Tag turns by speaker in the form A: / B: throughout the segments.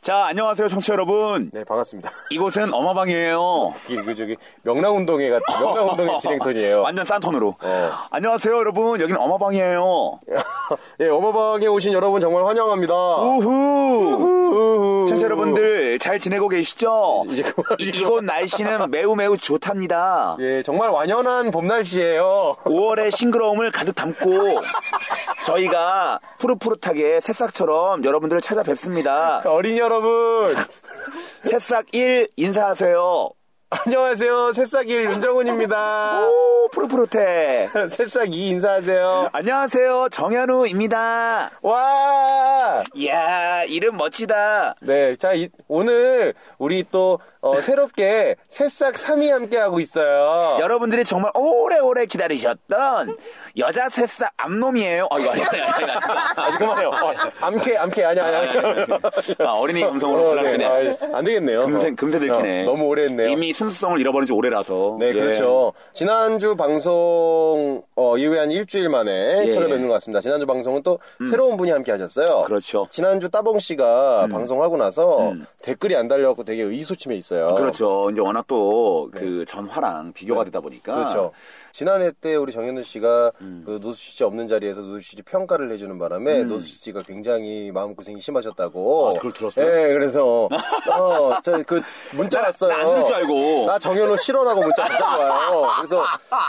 A: 자, 안녕하세요, 청취자 여러분.
B: 네, 반갑습니다.
A: 이곳은 어마방이에요.
B: 이게 그 저기 명랑운동회 같은 명랑운동회 진행톤이에요.
A: 완전 싼 톤으로.
B: 어.
A: 안녕하세요, 여러분. 여긴 어마방이에요.
B: 예, 어마방에 오신 여러분 정말 환영합니다.
A: 우후!
B: 우후.
A: 청취자 여러분들, 잘 지내고 계시죠?
B: 이제 그만.
A: 이, 이곳 날씨는 매우 매우 좋답니다.
B: 예, 정말 완연한 봄 날씨예요.
A: 5월의 싱그러움을 가득 담고 저희가 푸릇푸릇하게 새싹처럼 여러분들을 찾아뵙습니다.
B: 어린이 여러분,
A: 새싹 1 인사하세요.
B: 안녕하세요. 새싹일 윤정훈입니다.
A: 오, 푸릇푸릇해.
B: 새싹 이 인사하세요.
A: 안녕하세요, 정현우입니다.
B: 와!
A: 이야, 이름 멋지다.
B: 네, 자, 이- 오늘 우리 또 어, 새롭게 새싹 3이 함께하고 있어요.
A: 여러분들이 정말 오래오래 기다리셨던 여자 새싹 암놈이에요. 아, 이거 아니야. 아직 그만해요.
B: 암캐, 암캐, 아니야, 아니야.
A: 아, 어린이 감성으로
B: 어,
A: 올라가네.
B: 네. 아, 안 되겠네요.
A: 금세,
B: 어.
A: 금세 들키네.
B: 어, 너무 오래 했네요.
A: 이미 순수성을 잃어버린 지 오래라서.
B: 네,
A: 예.
B: 그렇죠. 지난주 방송 어, 이후에 한 일주일 만에
A: 예. 음.
B: 찾아뵙는 것 같습니다. 지난주 방송은 또 새로운 분이 함께 하셨어요.
A: 그렇죠. 음.
B: 지난주 따봉 씨가 방송하고 나서 댓글이 안 달려갖고 되게 의기소침해 있어요.
A: 그렇죠. 이제 워낙 또 그 전화랑 비교가 되다 보니까. 음.
B: 그렇죠. 지난해 때 우리 정현우 씨가 그 노수 씨 없는 자리에서 노수 씨 평가를 해주는 바람에 노수 씨가 굉장히 마음고생이 심하셨다고.
A: 아, 그걸 들었어요?
B: 네, 그래서, 어, 저 그 문자
A: 나-
B: 왔어요.
A: 나안 들을 줄 알고.
B: 나 정현우 싫어라고 문자 문자 와요. 그래서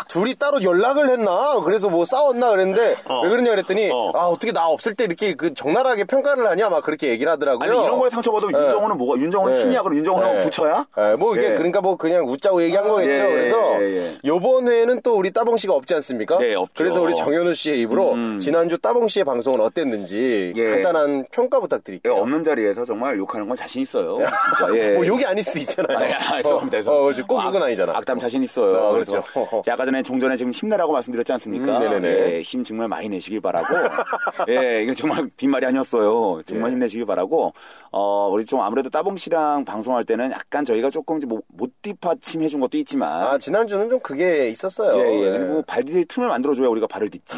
B: 둘이 따로 연락을 했나? 그래서 뭐 싸웠나? 그랬는데 왜 그러냐 그랬더니
A: 어.
B: 아, 어떻게 나 없을 때 이렇게 그 정나라하게 평가를 하냐? 막 그렇게 얘기를 하더라고요.
A: 아니, 이런 거에 상처받으면
B: 네.
A: 윤정호는 뭐가, 윤정호는
B: 네.
A: 신이야? 그럼 윤정호는
B: 네.
A: 부처야?
B: 예, 뭐 이게
A: 예.
B: 그러니까 뭐 그냥 웃자고 얘기한 거겠죠.
A: 예,
B: 그래서
A: 예, 예.
B: 요번 회는 또 우리 따봉 씨가 없지 않습니까?
A: 네, 없죠. 음,
B: 그래서 우리 정현우 씨의 입으로 지난주 따봉 씨의 방송은 어땠는지
A: 예.
B: 간단한 평가
A: 예,
B: 부탁드릴게요.
A: 없는 자리에서 정말 욕하는 건 자신 있어요. 진짜. 예.
B: 뭐 욕이 아닐 수도 있잖아요.
A: 아, 예, 아, 죄송합니다.
B: 어, 어, 그렇지. 꼭 욕은 아니잖아.
A: 악담 자신 있어요.
B: 어,
A: 그렇죠.
B: 그렇죠.
A: 아까 전에 종전에 지금 힘내라고 말씀드렸지 않습니까?
B: 음, 네네네.
A: 예, 힘 정말 많이 내시길 바라고. 예, 이거 정말 빈말이 아니었어요. 정말
B: 예.
A: 힘내시길 바라고. 어, 우리 좀 아무래도 따봉 씨랑 방송할 때는 약간 저희가 조금 이제 뭐, 못, 못 뒷받침해 준 것도 있지만.
B: 아, 지난주는 좀 그게 있었어요.
A: 예, 예.
B: 예.
A: 그리고 발 디딜 틈을 만들어줘야 우리가 발을 딛지.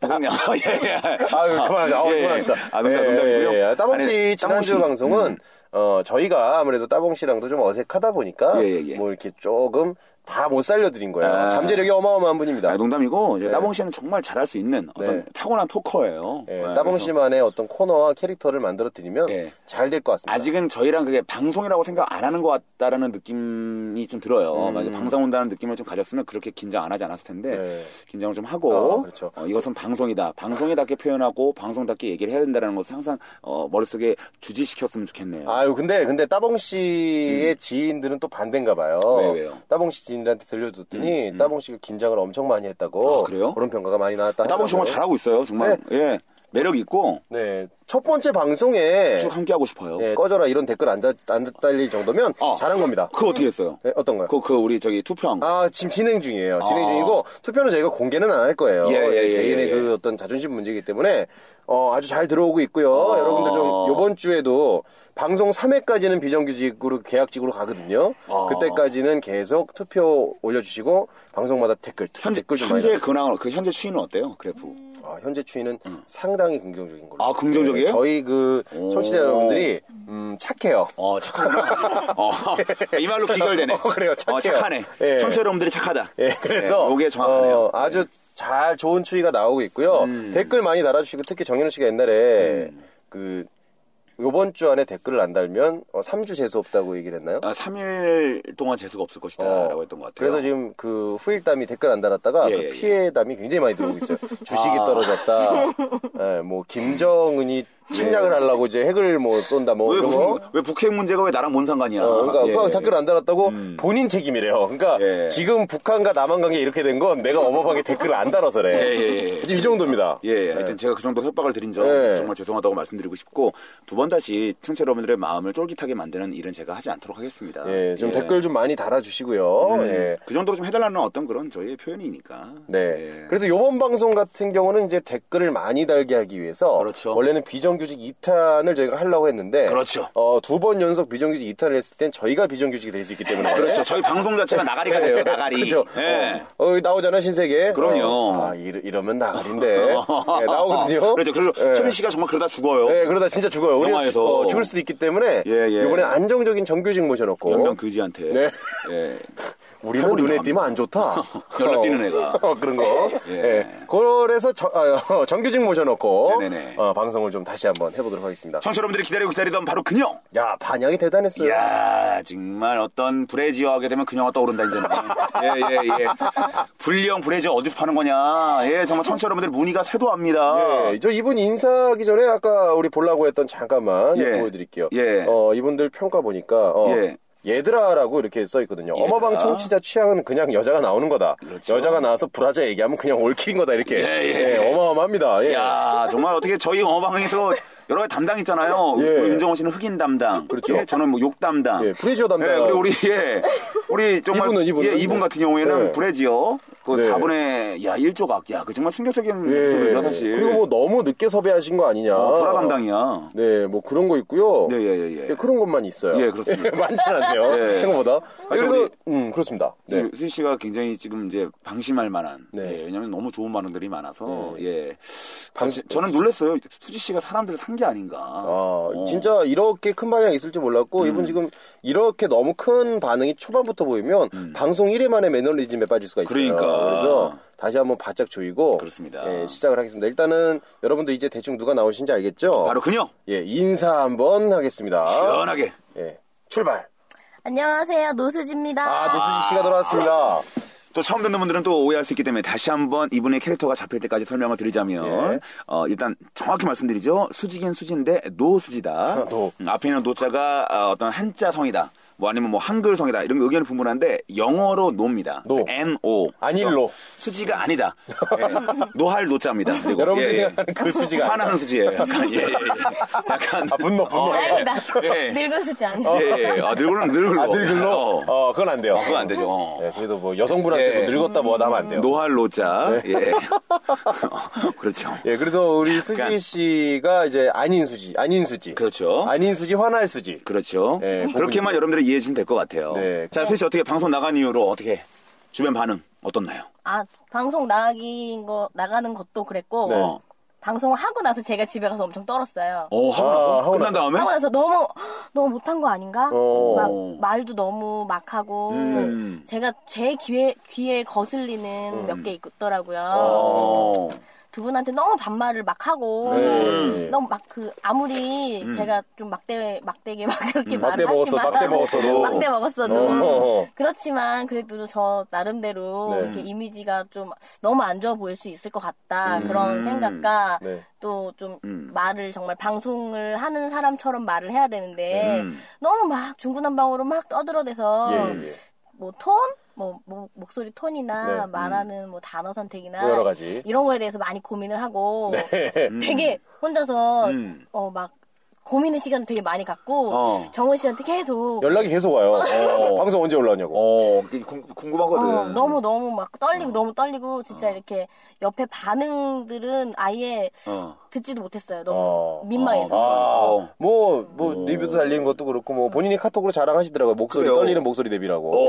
A: 무공량. 예, 예.
B: 아유, 그만하자. 아우,
A: 예, 예.
B: 그만합시다. 예,
A: 아, 농담, 농담이고요.
B: 따봉
A: 아니, 음.
B: 씨
A: 따봉
B: 지난주 방송은, 어, 저희가 아무래도 따봉 씨랑도 좀 어색하다 보니까,
A: 예, 예, 예.
B: 뭐 이렇게 조금 다 못 살려드린 거예요.
A: 아.
B: 잠재력이 어마어마한 분입니다.
A: 아, 농담이고 이제
B: 네.
A: 따봉 씨는 정말 잘할 수 있는 어떤
B: 네.
A: 타고난 토커예요.
B: 예,
A: 네,
B: 따봉
A: 그래서
B: 씨만의 어떤 코너와 캐릭터를 만들어 드리면
A: 예.
B: 잘 될 것 같습니다.
A: 아직은 저희랑 그게 방송이라고 생각 안 하는 것 같다라는 느낌이 좀 들어요. 만약에 방송 온다는 느낌을 좀 가졌으면 그렇게 긴장 안 하지 않았을 텐데
B: 음. 네.
A: 긴장을 좀 하고
B: 아, 그렇죠.
A: 어, 이것은 방송이다. 방송에답게 표현하고 방송답게 얘기를 해야 된다는 것을 항상 어, 머릿속에 주지시켰으면 좋겠네요.
B: 아유, 근데, 근데 따봉 씨의 지인들은 또 반대인가 봐요.
A: 음. 왜, 왜요? 음,
B: 따봉 씨 지인들한테 들려줬더니 따봉 씨가 긴장을 엄청 많이 했다고.
A: 아, 그래요? 아,
B: 런 평가가 많이 나왔다.
A: 어, 따봉 씨 정말
B: 하더라고요.
A: 잘하고 있어요. 정말 예 매력 있고
B: 네. 첫 번째 방송에
A: 쭉 함께 하고 싶어요.
B: 예, 꺼져라 이런 댓글 안, 자, 안 달릴 정도면
A: 어.
B: 잘한 겁니다.
A: 그거 어떻게 했어요?
B: 네, 어떤 거요?
A: 그거 그 우리 저기 투표한 거.
B: 아, 지금 진행 중이에요. 진행
A: 아.
B: 중이고, 투표는 저희가 공개는 안 할 거예요.
A: 예, 예, 예,
B: 개인의
A: 예, 예.
B: 그 어떤 자존심 문제이기 때문에, 어, 아주 잘 들어오고 있고요.
A: 아.
B: 여러분들 좀, 요번 주에도 방송 3회까지는 비정규직으로, 계약직으로 가거든요.
A: 아.
B: 그때까지는 계속 투표 올려주시고, 방송마다 댓글, 특히
A: 현재
B: 댓글 좀
A: 현재
B: 많이
A: 근황을 그 현재 추이는 어때요? 그래프.
B: 달- 아, 현재 추이는 상당히 긍정적인 걸로.
A: 음. 아, 긍정적이에요?
B: 네, 저희 그, 청취자
A: 오.
B: 여러분들이, 음, 착해요.
A: 어, 착하구나. 어, 이 말로 귀결되네.
B: 어, 그래요. 착해요.
A: 어, 착하네.
B: 예.
A: 청취자 여러분들이 착하다.
B: 예, 그래서
A: 예, 요게 정확하네요. 음.
B: 어, 아주 잘 좋은 추이가 나오고 있고요. 댓글 많이 달아주시고 특히 정현우 씨가 옛날에 그 요번 주 안에 댓글을 안 달면 어, 3주 재수 없다고 얘기를 했나요?
A: 아, 3일 동안 재수가 없을 것이다.
B: 어,
A: 라고 했던 것 같아요.
B: 그래서 지금 그 후일담이 댓글 안 달았다가
A: 예,
B: 그
A: 예, 예.
B: 피해담이 굉장히 많이 들어오고 있어요. 주식이
A: 아.
B: 떨어졌다. 예, 뭐 김정은이 침략을 하려고 이제 핵을 뭐 쏜다 뭐
A: 예. 왜,
B: 이런
A: 무슨,
B: 거.
A: 왜 북핵 문제가 왜 나랑 뭔 상관이야?
B: 어, 그러니까
A: 예. 음.
B: 그거 댓글 안 달았다고 본인 책임이래요. 그러니까
A: 예.
B: 지금 북한과 남한 관계 이렇게 된 건 내가 어마방에 댓글을 안 달아서래.
A: 예, 예, 예.
B: 지금 이 정도입니다.
A: 예, 예, 하여튼 제가 그 정도 협박을 드린 점
B: 예.
A: 정말 죄송하다고 말씀드리고 싶고 두 번 다시 청취자 여러분들의 마음을 쫄깃하게 만드는 일은 제가 하지 않도록 하겠습니다.
B: 예, 좀 댓글 좀 많이 달아주시고요. 예.
A: 그 정도로 좀 해달라는 어떤 그런 저희의 표현이니까.
B: 네.
A: 예.
B: 그래서 요번 방송 같은 경우는 이제 댓글을 많이 달게 하기 위해서
A: 그렇죠.
B: 원래는 비정규직 2탄을 저희가 하려고 했는데
A: 그렇죠.
B: 어, 두 번 연속 비정규직 2탄을 했을 땐 저희가 비정규직이 될 수 있기 때문에
A: 그렇죠. 저희 방송 자체가 나가리가 돼요. 나가리.
B: 네. 그죠.
A: 예.
B: 어, 어, 나오잖아, 신세계.
A: 그럼요.
B: 어, 아, 이러, 이러면 나가린데. 예, 나오거든요.
A: 어. 그렇죠. 그래서
B: 예.
A: 최민 씨가 정말 네, 그러다 죽어요.
B: 예, 그러다 진짜 죽어요. 우리가
A: 영화에서.
B: 죽- 어, 죽을 수도 있기 때문에.
A: 예, 예.
B: 이번엔 안정적인 정규직 모셔놓고.
A: 연병 그지한테.
B: 네.
A: 예.
B: 우리는
A: 칼군이
B: 눈에
A: 더
B: 띄면 안 좋다.
A: 열로
B: 어.
A: 뛰는 애가.
B: 어, 그런 거.
A: 예.
B: 예. 그래서 저- 어, 정규직 모셔놓고.
A: 네네네.
B: 어, 방송을 좀 다시 한번 해보도록 하겠습니다.
A: 청취자 여러분들이 기다리고 기다리던 바로 그녀.
B: 야, 반향이 대단했어요.
A: 이야, 정말 어떤 브레지어 하게 되면 그녀가 떠오른다, 이제는. 예, 예, 예. 불리형 브레지어 어디서 파는 거냐. 예, 정말 청취자 여러분들 문의가 쇄도합니다.
B: 예, 저 이분 인사하기 전에 아까 우리 보려고 했던 잠깐만
A: 예.
B: 보여드릴게요.
A: 예.
B: 어, 이분들 평가 보니까 어,
A: 예.
B: 얘들아라고 이렇게 써 있거든요.
A: 얘들아.
B: 어마방 청취자 취향은 그냥 여자가 나오는 거다.
A: 그렇죠.
B: 여자가 나와서 불화자 얘기하면 그냥 올킬인 거다 이렇게.
A: 예, 예.
B: 어마어마합니다. 예.
A: 이야, 정말 어떻게 저희 어방에서 여러 가지 담당 있잖아요.
B: 예.
A: 우리 윤정호 씨는 흑인 담당.
B: 그렇죠.
A: 예, 저는 뭐 욕 담당.
B: 예, 프리지어 담당.
A: 예, 그리고 우리, 예. 우리 정말.
B: 이분은, 이분은.
A: 예, 이분 같은 경우에는
B: 예.
A: 브레지어. 그
B: 네.
A: 4분의, 야, 1조각. 야, 그 정말 충격적인
B: 예.
A: 모습이죠, 사실.
B: 그리고 뭐 너무 늦게 섭외하신 거 아니냐.
A: 어, 보라 담당이야.
B: 네, 뭐 그런 거 있고요.
A: 예, 예, 예, 예.
B: 예, 그런 것만 있어요.
A: 예, 그렇습니다.
B: 많진 않네요.
A: 예.
B: 생각보다.
A: 하여튼
B: 그래서
A: 우리-
B: 음, 그렇습니다. 네.
A: 수희 씨가 굉장히 지금 이제 방심할 만한.
B: 네.
A: 예, 왜냐면 너무 좋은 반응들이 많아서. 예.
B: 방심-
A: 저는 놀랐어요. 수지 씨가 사람들을 산 게 아닌가.
B: 아,
A: 어.
B: 진짜 이렇게 큰 반향이 있을 줄
A: 음.
B: 몰랐고, 이분 지금 이렇게 너무 큰 반응이 초반부터 보이면, 방송 1회 만에 매너리즘에 빠질 수가 있어요.
A: 음. 그러니까.
B: 그래서 다시 한번 바짝 조이고,
A: 그렇습니다.
B: 예, 시작을 하겠습니다. 일단은 여러분들 이제 대충 누가 나오신지 알겠죠?
A: 바로 그녀.
B: 예, 인사 한번 하겠습니다.
A: 시원하게.
B: 예, 출발!
C: 안녕하세요, 노수지입니다.
B: 아, 노수지 씨가 돌아왔습니다.
A: 또 처음 듣는 분들은 또 오해할 수 있기 때문에 다시 한번 이분의 캐릭터가 잡힐 때까지 설명을 드리자면
B: 예.
A: 어, 일단 정확히 말씀드리죠 수지긴 수지인데 노수지다
B: 아, 노.
A: 음, 앞에 있는 노자가 어, 어떤 한자성이다 뭐 아니면 뭐 한글성이다 이런 의견을 분분한데 영어로 노입니다
B: 노.
A: N-O
B: 안일로.
A: 수지가 아니다 예. 노할 노자입니다 그리고
B: 여러분들이
A: 예, 예.
B: 생각하는 그 수지가. 아니라.
A: 화나는 수지예요 약간 예, 예, 예. 약간
B: 아, 분노, 분노.
A: 어, 예.
C: 나
B: 네.
A: 예.
C: 늙은 수지 아니야.
B: 어.
A: 예, 예. 아, 늙으면 늙으로.
B: 아, 늙을로?
A: 어.
B: 어, 그건 안 돼요.
A: 그건 안 되죠. 어.
B: 예, 그래도 뭐 여성분한테
A: 예.
B: 뭐 늙었다 뭐다 하면 안 돼요.
A: 노할 노자. 예. 그렇죠.
B: 예, 그래서 우리
A: 약간-
B: 수지 씨가 이제 아닌 수지, 아닌 수지.
A: 그렇죠.
B: 아닌 수지, 화날 수지.
A: 그렇죠.
B: 예,
A: 그렇게만 여러분들이 이해해 주면 될 것 같아요.
B: 네.
A: 자, 셋이 어떻게 방송 나간 이후로 어떻게 주변 반응 어떻나요?
C: 아, 방송 나가긴 거, 나가는 것도 그랬고,
B: 네.
A: 어.
C: 방송을 하고 나서 제가 집에 가서 엄청 떨었어요.
A: 어, 하고
B: 아,
A: 나서
B: 하고
A: 끝난
B: 나서.
A: 다음에
C: 하고 나서 너무, 너무 못한 거 아닌가?
B: 어.
C: 막, 말도 너무 막 하고,
A: 음.
C: 제가 제 귀에, 귀에 거슬리는
B: 음.
C: 몇 개 있더라고요.
A: 어.
C: 두 분한테 너무 반말을 막 하고,
B: 네. 음.
C: 너무 막 그, 아무리 제가 좀 막대, 막대게 막 그렇게
B: 막대
C: 말을
B: 먹었어,
C: 하지만,
B: 막대 먹었어도.
C: 막대 먹었어도.
B: 어.
C: 그렇지만 그래도 저 나름대로
B: 네.
C: 이렇게 이미지가 좀 너무 안 좋아 보일 수 있을 것 같다 그런 생각과
B: 음. 네.
C: 또 좀
A: 음.
C: 말을 정말 방송을 하는 사람처럼 말을 해야 되는데
A: 음.
C: 너무 막 중구난방으로 막 떠들어대서
B: 예, 예, 예.
C: 뭐 톤, 뭐, 뭐 목소리 톤이나
B: 네, 음.
C: 말하는 뭐 단어 선택이나
B: 뭐 여러 가지. 네.
C: 이런 거에 대해서 많이 고민을 하고
A: 음.
C: 되게 혼자서
A: 음.
C: 어 막 고민의 시간을 되게 많이 갖고
A: 어.
C: 정원 씨한테 계속
B: 연락이 계속 와요. 어, 방송 언제 올라오냐고.
A: 어, 이게 궁- 궁금하거든.
C: 어, 너무 너무 막 떨리고 너무 떨리고 진짜 이렇게 옆에 반응들은 아예
A: 어.
C: 듣지도 못했어요. 너무
B: 어.
C: 민망해서.
A: 어.
B: 아, 뭐, 뭐, 리뷰도 달리는 것도 그렇고, 뭐, 본인이 카톡으로 자랑하시더라고요. 목소리,
A: 그래요.
B: 떨리는 목소리
A: 어.
B: 대비라고. 어,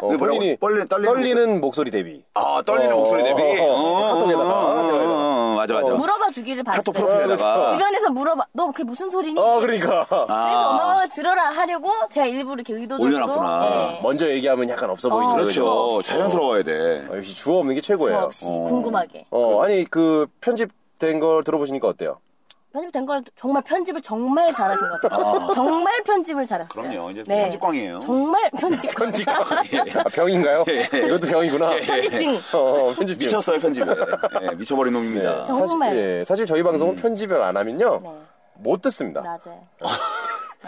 A: 근데 뭐라고?
B: 본인이
A: 떨리, 떨리는,
B: 떨리는 목소리 대비.
A: 아, 떨리는 목소리 대비.
B: 어, 어, 카톡에다가.
A: 어, 어, 맞아, 맞아.
B: 어.
C: 물어봐 주기를 봤어요.
A: 카톡 프로필에다가. 아.
C: 주변에서 물어봐. 너 그게 무슨 소리니?
B: 아, 그러니까.
C: 그래서 엄마가 들어라 하려고 제가 일부러 이렇게 의도적으로
A: 올려놨구나.
C: 예.
B: 먼저 얘기하면 약간 없어 보이는
C: 어,
B: 거죠.
A: 그렇죠.
C: 그렇죠.
A: 자연스러워야 돼.
B: 어, 역시 주어 없는 게
C: 주어
B: 최고예요.
C: 없이 궁금하게
B: 어, 아니, 그, 편집된 걸 들어보시니까 어때요?
C: 편집된 걸 정말 편집을 정말 잘하신 것 같아요. 정말 편집을 잘했어요. 네.
A: 그럼요. 이제 편집광이에요.
C: 정말 편집.
B: 편집. 아, 병인가요?
C: 예,
B: 이것도 병이구나.
C: 편집증.
B: 어, 어, 편집 중.
A: 미쳤어요, 편집에. 네. 예, 미쳐버린 놈입니다.
C: 저- 정말. 음.
B: 사실, 예, 사실 저희 방송은 편집을 안 하면요
C: 네.
B: 못 듣습니다.
C: 맞아요.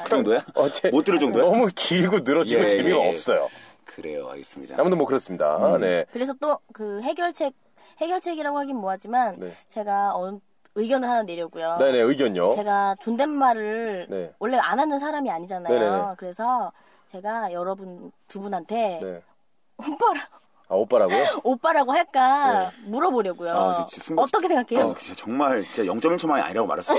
A: 그 정도야?
B: 어, 제-
A: 못 들을 정도야?
B: 너무 길고 늘어지고
A: 예,
B: 재미가
A: 예. 음.
B: 없어요.
A: 그래요, 알겠습니다.
B: 아무튼 뭐 그렇습니다. 네.
C: 그래서 또 그 해결책 해결책이라고 하긴 뭐하지만
B: 네.
C: 제가 어, 의견을 하나 내려고요.
B: 네네
A: 어?
B: 의견요.
C: 제가 존댓말을
B: 네.
C: 원래 안 하는 사람이
A: 네,
C: 아니잖아요.
B: 네네네.
C: 그래서 제가 여러분 두 분한테
B: 네.
C: 오빠라
B: 아, 오빠라고요?
C: 오빠라고 할까 물어보려고요.
A: 네. 아, 진짜 지금-
C: 어떻게 생각해요?
A: 어, 진짜 정말 진짜 0.1초 만에 아니라고 말했어요.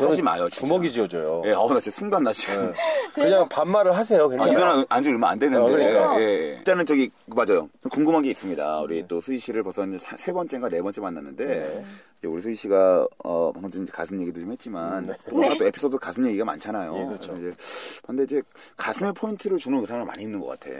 A: 하지 마요. 진짜.
B: 네, 주먹이 지어져요.
A: 예, 어우, 나 진짜 순간 나 지금.
B: 그냥 반말을 하세요.
A: 아,
B: 괜찮아요.
A: 일어나 안지 얼마 안 됐는데.
B: 네. 어, 그러니까. 네.
A: 예, 예. 일단은 저기, 맞아요. 좀 궁금한 게 있습니다. 우리 또 수희 씨를 벌써 이제 사- 세 번째인가 네 번째 만났는데, 이제 우리 수희 씨가, 어, 방금 전에 이제 가슴 얘기도 좀 했지만, 또, 워낙 또 에피소드 가슴 얘기가 많잖아요.
B: 네. 예, 그렇죠.
A: 그래서 이제, 근데 이제 가슴에 포인트를 주는 의상을 많이 입는 것 같아.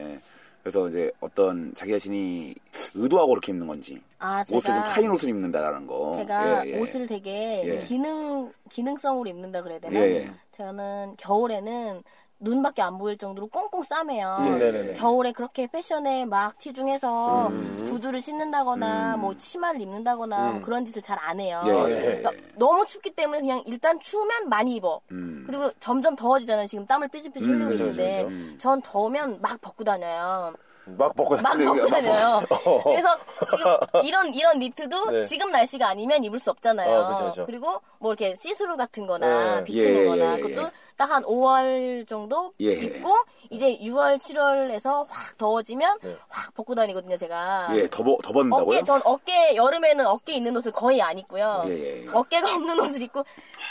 A: 그래서 이제 어떤 자기 자신이 의도하고 그렇게 입는 건지,
C: 아,
A: 옷을 좀
C: 제가
A: 파인 옷을 입는다라는 거.
C: 제가
A: 예, 예.
C: 옷을 되게
A: 예.
C: 기능 기능성으로 입는다 그래야 되나?
A: 예, 예.
C: 저는 겨울에는 눈밖에 안 보일 정도로 꽁꽁 싸매요.
A: 예.
B: 음, 네네네.
C: 겨울에 그렇게 패션에 막 치중해서
A: 음.
C: 구두를 신는다거나 뭐 치마를 입는다거나 뭐 그런 짓을 잘 안 해요.
A: 예, 예.
B: 예.
C: 그러니까 너무 춥기 때문에 그냥 일단 추우면 많이 입어.
A: 음.
C: 그리고 점점 더워지잖아요. 지금 땀을 삐질삐질
A: 음,
C: 흘리고
A: 그렇죠,
C: 있는데
A: 그렇죠. 음.
C: 전 더우면 막 벗고 다녀요.
B: 막 먹고
C: 막
B: 다니는
C: 벗고
B: 거예요.
C: 다녀요. 그래서 지금 이런 이런 니트도
B: 네.
C: 지금 날씨가 아니면 입을 수 없잖아요.
B: 어, 그죠, 그죠.
C: 리고뭐 이렇게 시스루 같은 거나
B: 예.
C: 비치는
A: 예,
C: 거나
A: 예, 예,
C: 그것도
A: 예.
C: 딱 한 5월 정도
A: 예.
C: 입고 이제 6월 7월에서 확 더워지면
B: 네.
C: 확 벗고 다니거든요, 제가.
A: 예, 더, 벗- 더 벗는다고요?
C: 아. 어깨 전 어깨 여름에는 어깨 있는 옷을 거의 안 입고요.
A: 예, 예.
C: 어깨가 없는 옷을 입고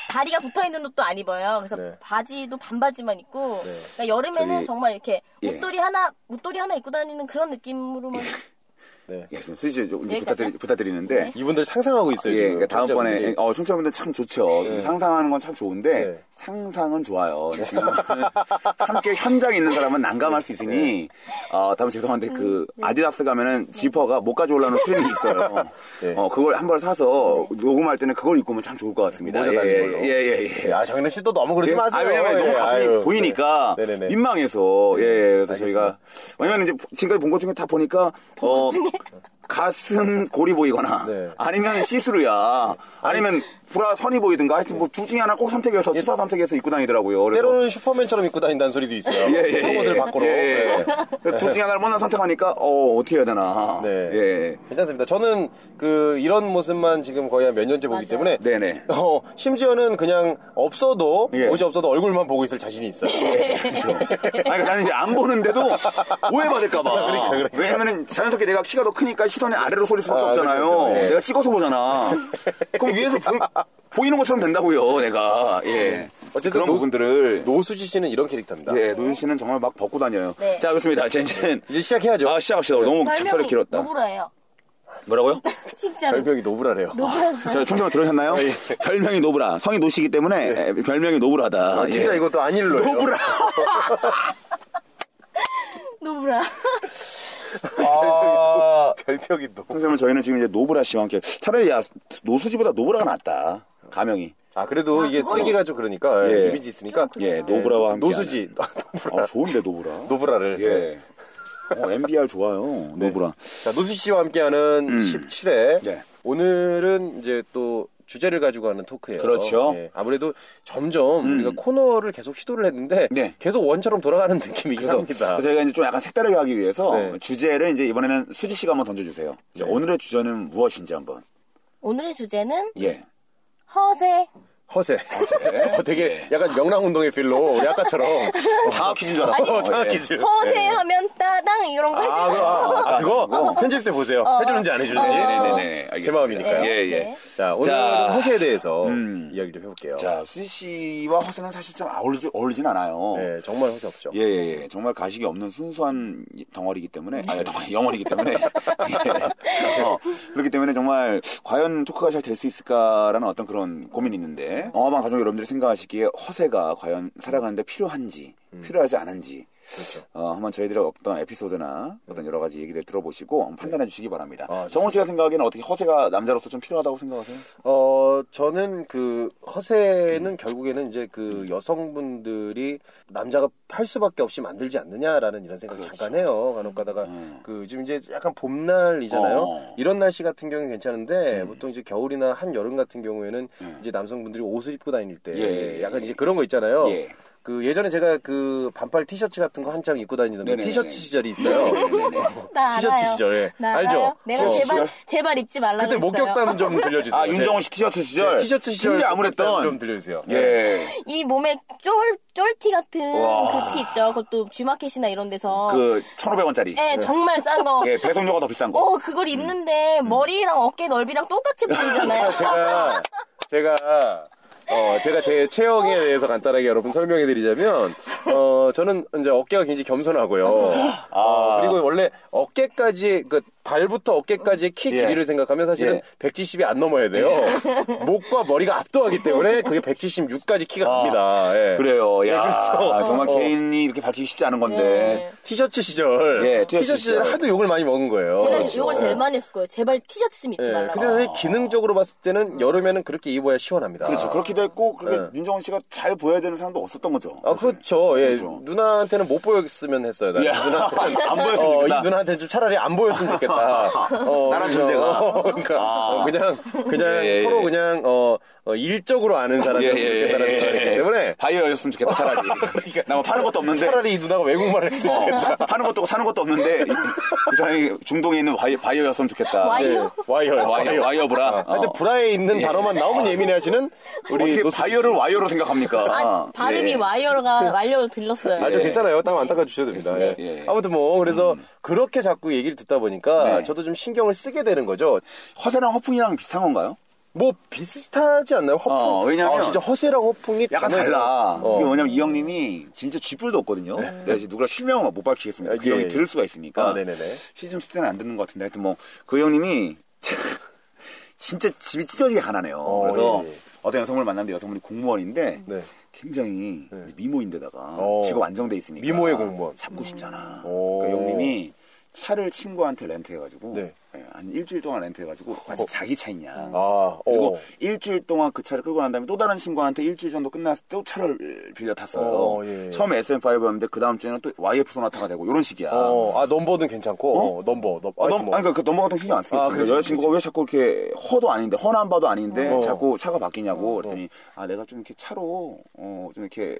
C: 다리가 붙어 있는 옷도 안 입어요. 그래서
B: 네.
C: 바지도 반바지만 입고
B: 네.
C: 그러니까 여름에는
A: 저기-
C: 정말 이렇게
A: 예.
C: 웃돌이 하나 웃돌이 하나 입고 다니는 그런
B: 예.
C: 느낌으로만
B: 네.
A: 예, 수희 씨, 좀 이제
C: 여기까지? 네.
A: 부탁드리, 부탁드리는데,
B: 이분들 상상하고 있어요.
A: 예,
B: 지금.
A: 그러니까 다음번에
B: 청자분들이. 예.
A: 어, 청취자분들 참 좋죠. 상상하는 건 참 좋은데
B: 네.
A: 상상은 좋아요. 지금 함께 현장에 있는 사람은 난감할 수 있으니
B: 예.
A: 어, 다음 죄송한데 그
C: 네.
A: 아디다스 가면은 지퍼가 목까지 올라오는 수련이 있어요.
B: 네.
A: 어, 그걸 한 벌 사서
C: 네.
A: 녹음할 때는 그걸 입고 오면 참 좋을 것 같습니다.
B: 네, 모자 달린
A: 예,
B: 걸로.
A: 예, 예, 예.
B: 예, 아, 장래 씨도 너무 그러지
A: 예,
B: 마세요.
A: 아, 왜냐면 너무
B: 예,
A: 가슴이
B: 아유,
A: 보이니까
B: 네. 네네네.
A: 민망해서 예 그래서
B: 알겠습니다.
A: 저희가 왜냐면 이제 지금까지 본 것 중에 다 보니까 어 가슴 골이 보이거나
B: 네.
A: 아니면 시스루야 아니면 브라 선이 보이든가 하여튼 뭐 둘 중에 하나 꼭 선택해서 취사 선택해서 입고 다니더라고요. 그래서
B: 예. 때로는 슈퍼맨처럼 입고 다닌다는 소리도 있어요.
A: 예, 예,
B: 속옷을
A: 예.
B: 밖으로.
A: 예, 예.
B: 네.
A: 그래서 둘 중에 하나를 먼저 선택하니까 어 어떻게 해야 되나.
B: 네.
A: 예.
B: 괜찮습니다. 저는 그 이런 모습만 지금 거의 한 몇 년째 보기 때문에
A: 네네.
B: 어, 심지어는 그냥 없어도
A: 예.
B: 옷이 없어도 얼굴만 보고 있을 자신이 있어요.
A: 아니, 그러니까 나는 이제 안 보는데도 오해받을까봐.
B: 그러니까, 그러니까.
A: 왜냐면은 자연스럽게 내가 키가 더 크니까 시선이 아래로 쏠릴 수밖에
B: 아,
A: 없잖아요.
B: 그렇죠, 그렇죠. 예.
A: 내가 찍어서 보잖아. 그럼 위에서 보, 이는 것처럼 된다고요, 내가. 예.
B: 어쨌든
A: 그런
B: 노-
A: 부분들을.
B: 노수지 씨는 이런 캐릭터입니다.
A: 예, 노준 씨는 정말 막 벗고 다녀요.
C: 네.
A: 자, 그렇습니다. 자, 이제는.
B: 이제 시작해야죠.
A: 아, 시작합시다. 너무 잡설이
C: 별명이
A: 길었다.
C: 노브라예요.
A: 뭐라고요?
C: 진짜로.
B: 별명이 아. 노브라래요.
A: 저 청취자 들으셨나요? 별명이 노브라. 성이 노시기 때문에 에, 별명이 노브라다.
B: 예. 아, 진짜
A: 예.
B: 이것도 안일로예요.
A: 노브라.
C: 노브라.
B: 아, 별명이 노.
A: 선생님, 저희는 지금 이제 노브라 씨와 함께 차라리 야, 노수지보다 노브라가 낫다. 가명이.
B: 아 그래도
C: 아,
B: 이게
C: 그거는-
B: 쓰기가 좀 그러니까
A: 예.
B: 예, 이미지 있으니까
C: 좀
A: 예, 노브라와 함께.
B: 노수지 아, 노브라
A: 아, 좋은데 노브라.
B: 노브라를 네.
A: 예. 어, MBR 좋아요. 노브라.
B: 자, 노수 씨와 함께하는 17회.
A: 음. 네.
B: 오늘은 이제 또 주제를 가지고 하는 토크예요.
A: 그렇죠. 음.
B: 예, 아무래도 점점 우리가 코너를 계속 시도를 했는데
A: 네.
B: 계속 원처럼 돌아가는 느낌이긴
A: 그래서,
B: 합니다.
A: 그래서 저희가 이제 좀 약간 색다르게 하기 위해서
B: 네.
A: 주제를 이제 이번에는 수지 씨가 한번 던져주세요. 이제 오늘의 주제는 무엇인지 한번.
C: 오늘의 주제는
B: 네.
A: 예.
C: 허세.
B: 허세.
A: 네.
B: 어, 되게 약간 명랑 운동의 필로 우리 아까처럼
A: 장학 퀴즈인 줄 알았어. 예.
B: 어, 장학 퀴즈.
C: 허세 하면 따당 이런 거
B: 아,
C: 해주고.
B: 그거, 아, 아, 그거 편집 때 보세요. 해주는지 안 해주는지.
A: 어.
B: 어.
A: 네네네.
B: 제 마음이니까요.
A: 예, 예.
C: 네.
B: 자, 오늘은
A: 자,
B: 허세에 대해서
A: 음.
B: 이야기 좀 해볼게요.
A: 자, 수지 씨와 허세는 사실 참 어울리지, 어울리진 않아요.
B: 네, 정말 허세 없죠.
A: 예, 예, 예. 정말 가식이 없는 순수한 덩어리이기 때문에, 아니, 덩어리, 영혼이기 때문에. 예. 어, 그렇기 때문에 정말, 과연 토크가 잘 될 수 있을까라는 어떤 그런 고민이 있는데, 어마방 가족 여러분들이 생각하시기에 허세가 과연 살아가는데 필요한지, 필요하지 않은지,
B: 음. 그렇죠.
A: 어, 한번 저희들의 어떤 에피소드나 어떤 여러 가지 얘기들 들어보시고 한번 판단해 주시기 바랍니다.
B: 아,
A: 정훈 씨가 생각하기에는 어떻게 허세가 남자로서 좀 필요하다고 생각하세요?
B: 어, 저는 그
A: 음.
B: 허세는 결국에는 이제 그 여성분들이 남자가 할 수밖에 없이 만들지 않느냐라는 이런 생각을
A: 그렇죠.
B: 잠깐 해요. 간혹 가다가 그 지금 이제 약간 봄날이잖아요.
A: 음. 어. 음.
B: 이런 날씨 같은 경우는 괜찮은데 보통 이제 겨울이나 한여름 같은 경우에는 이제 남성분들이 옷을 입고 다닐 때
A: 예, 예,
B: 약간 이제 그런 거 있잖아요.
A: 예.
B: 그 예전에 제가 그 반팔 티셔츠 같은 거 한창 입고 다니던 그
A: 네네네. 네,
B: 티셔츠 시절이 있어요.
C: 나
B: 티셔츠
C: 알아요.
B: 시절에. 예.
C: 나
B: 알죠?
C: 알아요. 내가
B: 티셔츠
C: 제발
A: 시절?
C: 제발 입지 말라
B: 그때
C: 그랬어요.
B: 목격담 좀 들려주세요.
A: 어. 아,
B: 제-
A: 윤정훈 씨 티셔츠 시절.
B: 제 네. 티셔츠 시절
A: 굉장히
B: 목격담
A: 아무랬던.
B: 좀 네. 들려주세요.
A: 예.
C: 이 몸에 쫄 쫄티 같은
A: 와.
C: 그 티 있죠. 그것도 G마켓이나 이런 데서
A: 그, 1,500원짜리.
C: 어. 예, 정말 싼 거.
A: 예, 음. 배송료가 더 비싼 거.
C: 어, 그걸 입는데 머리랑 어깨 넓이랑 똑같이 보이잖아요.
B: 어, 제가 제가 어 제가 제 체형에 대해서 간단하게 여러분 설명해 드리자면 어 저는 이제 어깨가 굉장히 겸손하고요. 어, 그리고 원래 어깨까지 그 발부터 어깨까지의 키
A: 예.
B: 길이를 생각하면 사실은
A: 예.
B: 170이 안 넘어야 돼요. 목과 머리가 압도하기 때문에 그게 176까지 키가
A: 아,
B: 갑니다. 예.
A: 그래요. 야,
B: 그래서-
A: 아, 정말
B: 어.
A: 개인이 이렇게 밝히기 쉽지 않은
C: 예.
A: 건데.
B: 티셔츠 시절
A: 예,
B: 티셔츠,
A: 티셔츠
B: 시절
A: 시절.
B: 하도 욕을 많이 먹은 거예요.
A: 어,
C: 제가
B: 그렇죠.
C: 욕을
B: 예.
C: 제일 많이 했을 거예요. 제발 티셔츠 좀 입지
B: 예,
C: 말라고. 음.
B: 근데 사실 기능적으로 봤을 때는 여름에는 그렇게 입어야 시원합니다.
A: 그렇죠. 그렇기도 했고, 그렇게
B: 네.
A: 윤정훈 씨가 잘 보여야 되는 사람도 없었던 거죠.
B: 아, 그렇죠. 예.
A: 그렇죠.
B: 누나한테는 못 보였으면 했어요. 나
A: 예.
B: 누나한테는.
A: 안 보였으면
B: 어, 이
A: 좋겠다.
B: 누나한테는 좀 차라리 안 보였으면 좋겠다. 어,
A: 나란
B: 그래서,
A: 존재가. 아.
B: 어, 그러니까 어, 그냥 그냥
A: 예, 예,
B: 서로
A: 예.
B: 그냥 어, 어, 일적으로 아는 사람이었으면 좋겠다는 생각이기 때문에 그러니까.
A: 바이어였으면 좋겠다, 차라리. 나뭐 파는 것도 없는데.
B: 차라리 이 누나가 외국말을 했으면 좋겠다.
A: 어, 파는 것도 없고 사는 것도 없는데, 이그 사람이 중동에 있는 바이, 바이어였으면 좋겠다.
C: 와이-
B: 예. 와이어요. 아,
A: 와이어, 와이어 브라.
B: 하여튼 불화에 있는
A: 예.
B: 단어만 나오면 예민해하시는 우리
A: 어떻게
B: 노스
A: 바이어를 와이어로
C: 아,
A: 생각합니까?
C: 발음이
A: 예.
C: 와이어가 완료 들렸어요.
B: 아주
A: 예.
B: 괜찮아요. 땀 안 닦아주셔도 됩니다. 예.
A: 알겠습니다. 예.
B: 아무튼 뭐, 그래서 그렇게 자꾸 얘기를 듣다 보니까
A: 네.
B: 저도 좀 신경을 쓰게 되는 거죠.
A: 허세랑 허풍이랑 비슷한 건가요?
B: 뭐 비슷하지 않나요? 허풍.
A: 어, 왜냐면
B: 아, 진짜 허세랑 허풍이
A: 약간
B: 다르죠.
A: 달라.
B: 어. 네.
A: 이게 왜냐면 이 형님이 진짜 쥐뿔도 없거든요. 내가 이제 누구랑 실명을 못 밝히겠습니다. 그
B: 예,
A: 형이
B: 예.
A: 들을 수가 있으니까.
B: 아, 네네네.
A: 시즌 10때는 안 듣는 것 같은데 하여튼 뭐 그 형님이 진짜 집이 찢어지게 가난해요.
B: 어,
A: 그래서
B: 예, 예.
A: 어떤 여성을 만났는데 여성분이 공무원인데
B: 네.
A: 굉장히 이제 미모인데다가
B: 어.
A: 직업 안정돼 있으니까
B: 미모의 공무원. 음.
A: 잡고 싶잖아.
B: 오.
A: 그 형님이 차를 친구한테 렌트해가지고
B: 네. 어.
A: 예, 한 일주일 동안 렌트해가지고 마치 자기 차있냐.
B: 아,
A: 그리고
B: 어.
A: 일주일 동안 그 차를 끌고 난 다음에 또 다른 친구한테 일주일 정도 끝났을 때 또 차를 빌려 탔어요.
B: 어, 예, 예.
A: 처음에 SM5였는데 그 다음 주에는 또 YF 소나타가 되고 이런 식이야.
B: 어, 아, 넘버는 괜찮고, 어, 넘버, 넘버.
A: 아, 넘,
B: 하여튼 뭐.
A: 아니, 그러니까 그 넘버 같은 거 신경 안 쓰겠지.
B: 아,
A: 그러니까
B: 그렇지,
A: 여자친구가 왜 자꾸 이렇게 허도 아닌데, 허난 바도 아닌데,
B: 어.
A: 자꾸 차가 바뀌냐고. 그랬더니, 아, 내가 좀 이렇게 차로, 어, 좀 이렇게